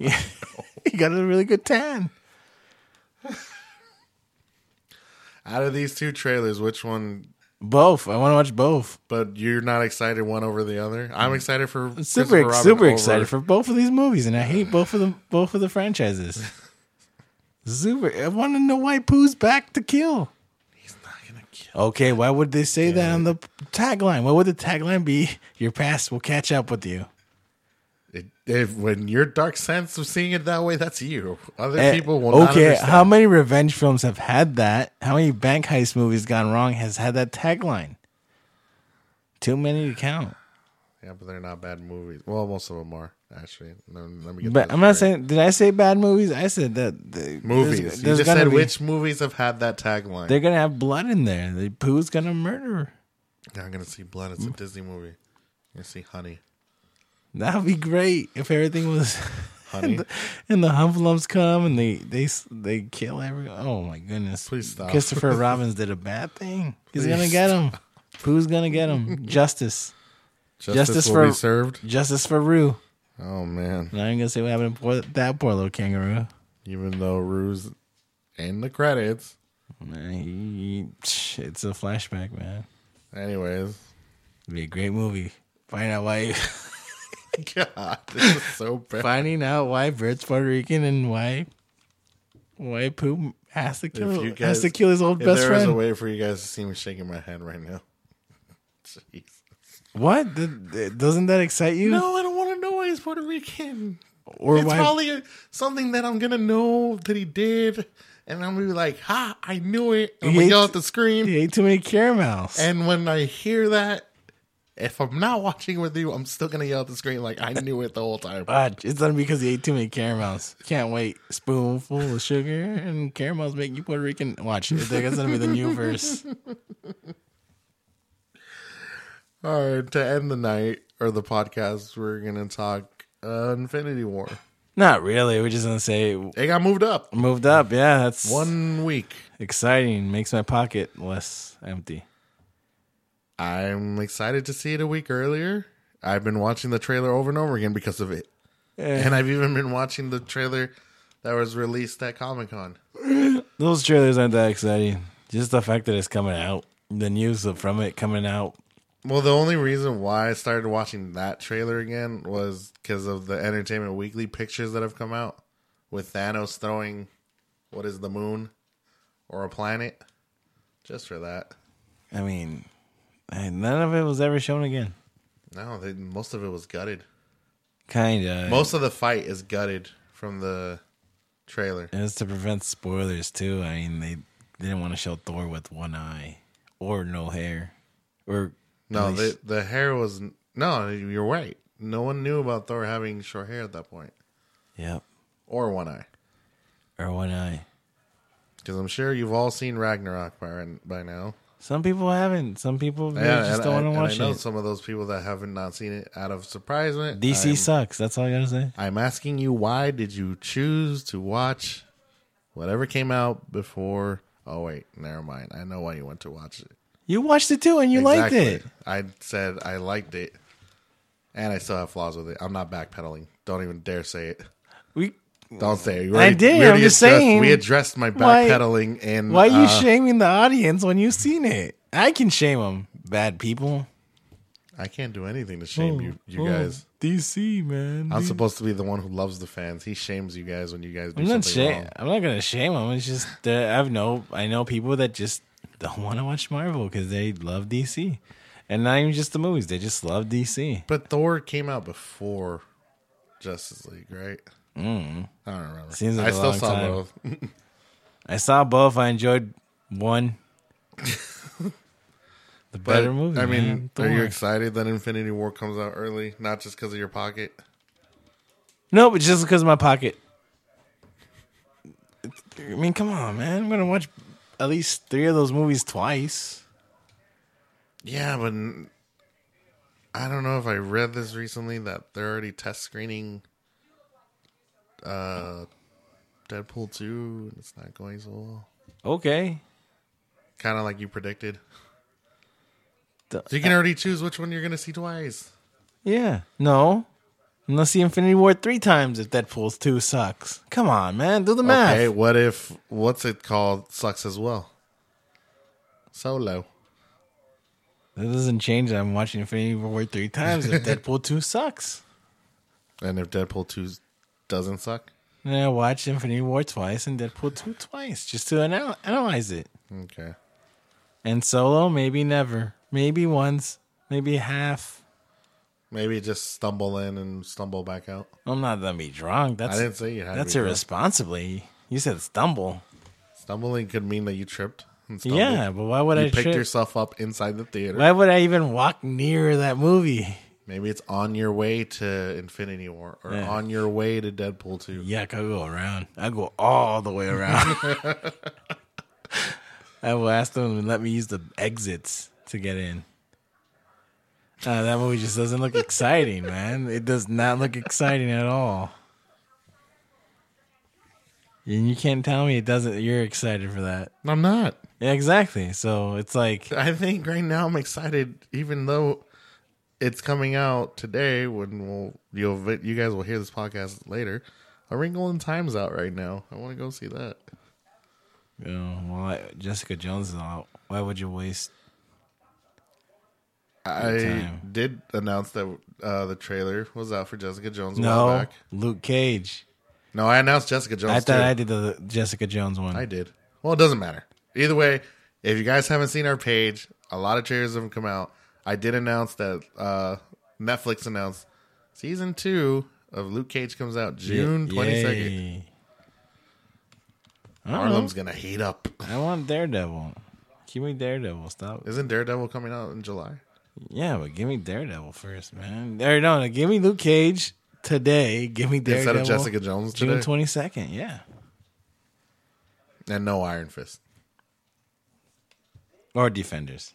[SPEAKER 1] Yeah. *laughs* he got a really good tan.
[SPEAKER 2] out of these two trailers, which one?
[SPEAKER 1] Both. I want to watch both.
[SPEAKER 2] But you're not excited one over the other. I'm excited for Christopher
[SPEAKER 1] Super,
[SPEAKER 2] Robin
[SPEAKER 1] super
[SPEAKER 2] over-
[SPEAKER 1] excited for both of these movies, and I hate both of them. Both of the franchises. super. I want to know why Pooh's back to kill.
[SPEAKER 2] He's not gonna kill.
[SPEAKER 1] Okay, why would they say that on the tagline? What would the tagline be? Your past will catch up with you.
[SPEAKER 2] It, it, when your dark sense of seeing it that way, that's you. Other
[SPEAKER 1] Eh,
[SPEAKER 2] people will not
[SPEAKER 1] okay,
[SPEAKER 2] understand.
[SPEAKER 1] how many revenge films have had that? How many bank heist movies gone wrong has had that tagline? Too many to count.
[SPEAKER 2] yeah, but they're not bad movies. Well, most of them are actually. No, let me get
[SPEAKER 1] But
[SPEAKER 2] this
[SPEAKER 1] I'm not
[SPEAKER 2] straight.
[SPEAKER 1] saying. Did I say bad movies? I said that the,
[SPEAKER 2] Movies.
[SPEAKER 1] There's,
[SPEAKER 2] you
[SPEAKER 1] there's
[SPEAKER 2] just
[SPEAKER 1] gonna
[SPEAKER 2] said
[SPEAKER 1] be-
[SPEAKER 2] which movies have had that tagline.
[SPEAKER 1] They're gonna have blood in there. The poo's gonna murder.
[SPEAKER 2] Now I'm gonna see blood.
[SPEAKER 1] Mm.
[SPEAKER 2] It's a Disney movie. You're gonna
[SPEAKER 1] *laughs*
[SPEAKER 2] see honey.
[SPEAKER 1] That would be great if everything was. *laughs*
[SPEAKER 2] Honey.
[SPEAKER 1] and the Humflumps come and they they they kill everyone. Oh my goodness!
[SPEAKER 2] Please stop. *laughs*
[SPEAKER 1] Christopher Robbins did a bad thing. He's
[SPEAKER 2] Please
[SPEAKER 1] gonna get him. Who's gonna get him? Justice.
[SPEAKER 2] Justice,
[SPEAKER 1] Justice
[SPEAKER 2] will be
[SPEAKER 1] for-
[SPEAKER 2] served.
[SPEAKER 1] Justice for Rue.
[SPEAKER 2] Oh man.
[SPEAKER 1] Now I'm gonna say what happened to poor, that poor little kangaroo.
[SPEAKER 2] Even though Rue's in the credits.
[SPEAKER 1] Man, he- he- it's a flashback, man.
[SPEAKER 2] Anyways. *laughs*
[SPEAKER 1] It'd be a great movie. Find out why. *laughs*
[SPEAKER 2] God, this is so bad.
[SPEAKER 1] finding out why Bert's Puerto Rican and why why Pooh has to kill
[SPEAKER 2] you guys-
[SPEAKER 1] has to kill his old
[SPEAKER 2] If
[SPEAKER 1] best
[SPEAKER 2] there was a
[SPEAKER 1] friend.
[SPEAKER 2] way for you guys to see me shaking my head right now. *laughs* Jeez.
[SPEAKER 1] what Th- th- doesn't that excite you?
[SPEAKER 2] No, I don't want to know why he's Puerto Rican.
[SPEAKER 1] Or
[SPEAKER 2] it's
[SPEAKER 1] why-
[SPEAKER 2] probably something that I'm gonna know that he did, and I'm gonna be like, "Ha! I knew it!" And I'm
[SPEAKER 1] He
[SPEAKER 2] gonna yell
[SPEAKER 1] hates-
[SPEAKER 2] at the screen.
[SPEAKER 1] He ate too many caramels.
[SPEAKER 2] And when I hear that, if I'm not watching with you, I'm still gonna yell at the screen like I knew it the whole time.
[SPEAKER 1] God, Ah, it's done because he ate too many caramels. Can't wait. Spoonful of sugar and caramels make you Puerto Rican. Watch, that's gonna be the new
[SPEAKER 2] *laughs*
[SPEAKER 1] verse.
[SPEAKER 2] All right, to end the night or the podcast, we're gonna talk uh, Infinity War.
[SPEAKER 1] Not really. We're just gonna say
[SPEAKER 2] It got moved up
[SPEAKER 1] moved up. Yeah, that's
[SPEAKER 2] one week.
[SPEAKER 1] exciting. Makes my pocket less empty.
[SPEAKER 2] I'm excited to see it a week earlier. I've been watching the trailer over and over again because of it, *laughs*
[SPEAKER 1] Yeah.
[SPEAKER 2] and I've even been watching the trailer that was released at Comic Con.
[SPEAKER 1] Those trailers aren't that exciting. Just the fact that it's coming out, the news of- from it coming out.
[SPEAKER 2] Well, the only reason why I started watching that trailer again was because of the Entertainment Weekly pictures that have come out with Thanos throwing what is the moon or a planet, just for that.
[SPEAKER 1] I mean, eh, none of it was ever shown again.
[SPEAKER 2] No, they, most of it was gutted.
[SPEAKER 1] Kinda.
[SPEAKER 2] Most of the fight is gutted from the trailer.
[SPEAKER 1] And it's to prevent spoilers too. I mean, they they didn't want to show Thor with one eye or no hair, or
[SPEAKER 2] No,
[SPEAKER 1] at
[SPEAKER 2] the
[SPEAKER 1] least-
[SPEAKER 2] the hair was no. You're right. No one knew about Thor having short hair at that point,
[SPEAKER 1] yep,
[SPEAKER 2] or one eye.
[SPEAKER 1] or one eye.
[SPEAKER 2] Because I'm sure you've all seen Ragnarok by by now.
[SPEAKER 1] Some people haven't. Some people they just
[SPEAKER 2] and
[SPEAKER 1] don't
[SPEAKER 2] I-
[SPEAKER 1] want to
[SPEAKER 2] and I know
[SPEAKER 1] watch it.
[SPEAKER 2] some of those people that haven't not seen it out of surprisement.
[SPEAKER 1] DC
[SPEAKER 2] I'm,
[SPEAKER 1] sucks. That's all I gotta say.
[SPEAKER 2] I'm asking you, why did you choose to watch whatever came out before? Oh wait, never mind. I know why you went to watch it.
[SPEAKER 1] You watched it too, and you liked it.
[SPEAKER 2] I said I liked it, and I still have flaws with it. I'm not backpedaling. Don't even dare say it.
[SPEAKER 1] We.
[SPEAKER 2] Don't say it. We
[SPEAKER 1] I
[SPEAKER 2] already-
[SPEAKER 1] did,
[SPEAKER 2] we already
[SPEAKER 1] I'm just
[SPEAKER 2] addressed-
[SPEAKER 1] saying.
[SPEAKER 2] We addressed my
[SPEAKER 1] Why-
[SPEAKER 2] backpedaling, and
[SPEAKER 1] Why are you
[SPEAKER 2] uh,
[SPEAKER 1] shaming the audience when you've seen it? I can shame them, bad people.
[SPEAKER 2] I can't do anything to shame you, you
[SPEAKER 1] Oh,
[SPEAKER 2] guys.
[SPEAKER 1] DC man.
[SPEAKER 2] I'm
[SPEAKER 1] D-
[SPEAKER 2] supposed to be the one who loves the fans. He shames you guys when you guys do
[SPEAKER 1] I'm not
[SPEAKER 2] something
[SPEAKER 1] shame.
[SPEAKER 2] wrong.
[SPEAKER 1] I'm not gonna shame them. It's just that I have no. I know people that just don't want to watch Marvel because they love DC, and not even just the movies. They just love DC.
[SPEAKER 2] But Thor came out before Justice League, right? Mm. I don't remember.
[SPEAKER 1] Seems like
[SPEAKER 2] I
[SPEAKER 1] a
[SPEAKER 2] still
[SPEAKER 1] long
[SPEAKER 2] saw
[SPEAKER 1] time.
[SPEAKER 2] both.
[SPEAKER 1] I saw both. I enjoyed
[SPEAKER 2] *laughs*
[SPEAKER 1] one. the
[SPEAKER 2] But,
[SPEAKER 1] better movie.
[SPEAKER 2] I mean,
[SPEAKER 1] man.
[SPEAKER 2] are you
[SPEAKER 1] Thor.
[SPEAKER 2] excited that Infinity War comes out early? Not just because of your pocket.
[SPEAKER 1] No, but just because of my pocket. I mean, come on, man. I'm gonna watch at least three of those movies twice.
[SPEAKER 2] Yeah, but n- I don't know if I read this recently that they're already test screening uh Deadpool 2 and it's not going so well.
[SPEAKER 1] Okay.
[SPEAKER 2] Kind of like you predicted.
[SPEAKER 1] The-
[SPEAKER 2] So you can already choose which one you're going to see twice.
[SPEAKER 1] Yeah. No. And let's see Infinity War three times if Deadpool 2 sucks. Come on, man. Do the math.
[SPEAKER 2] Okay, what if what's it called sucks as well? Solo.
[SPEAKER 1] That doesn't change that I'm watching Infinity War three times
[SPEAKER 2] *laughs*
[SPEAKER 1] if Deadpool 2 sucks.
[SPEAKER 2] And if Deadpool 2 doesn't suck?
[SPEAKER 1] And I watch Infinity War twice and Deadpool 2 twice just to anal- analyze it.
[SPEAKER 2] Okay.
[SPEAKER 1] And solo, maybe never. Maybe once. Maybe half.
[SPEAKER 2] Maybe just stumble in and stumble back out.
[SPEAKER 1] I'm not going to be drunk. That's,
[SPEAKER 2] I didn't say you had
[SPEAKER 1] that's
[SPEAKER 2] to be drunk.
[SPEAKER 1] irresponsibly. You said stumble.
[SPEAKER 2] Stumbling could mean that you tripped and stumbled.
[SPEAKER 1] Yeah, but why would
[SPEAKER 2] you
[SPEAKER 1] I
[SPEAKER 2] picked
[SPEAKER 1] trip?
[SPEAKER 2] yourself up inside the theater.
[SPEAKER 1] Why would I even walk near that movie?
[SPEAKER 2] Maybe it's on your way to Infinity War or
[SPEAKER 1] Yeah.
[SPEAKER 2] on your way to Deadpool 2.
[SPEAKER 1] Yuck, I'll go around. I'll go all the way
[SPEAKER 2] *laughs*
[SPEAKER 1] around. I will ask them to let me use the exits to get in. Uh, that movie just doesn't look exciting, man. It does not look exciting at all. And you can't tell me it doesn't. You're excited for that.
[SPEAKER 2] I'm not.
[SPEAKER 1] Yeah, exactly. So it's like,
[SPEAKER 2] I think right now I'm excited, even though it's coming out today. When we'll, you'll vi- you guys will hear this podcast later. A Wrinkle in Time's out right now. I want to go see that.
[SPEAKER 1] you know, well, I- Jessica Jones is out. Why would you waste?
[SPEAKER 2] I
[SPEAKER 1] time.
[SPEAKER 2] did announce that uh, the trailer was out for Jessica Jones a while
[SPEAKER 1] No,
[SPEAKER 2] back.
[SPEAKER 1] Luke Cage.
[SPEAKER 2] No, I announced Jessica Jones.
[SPEAKER 1] I thought
[SPEAKER 2] too.
[SPEAKER 1] I did the Jessica Jones one.
[SPEAKER 2] I did. Well, it doesn't matter. Either way, if you guys haven't seen our page, a lot of trailers have come out. I did announce that uh, Netflix announced season two of Luke Cage comes out June twenty second.
[SPEAKER 1] Yay. I don't know.
[SPEAKER 2] Harlem's gonna heat up.
[SPEAKER 1] I want Daredevil. Give me Daredevil. Stop.
[SPEAKER 2] Isn't Daredevil coming out in July?
[SPEAKER 1] Yeah, but give me Daredevil first, man. There, no, no, give me Luke Cage today. Give me Daredevil
[SPEAKER 2] Instead of Jessica Jones
[SPEAKER 1] June
[SPEAKER 2] today,
[SPEAKER 1] twenty second. Yeah,
[SPEAKER 2] and no Iron Fist.
[SPEAKER 1] or Defenders.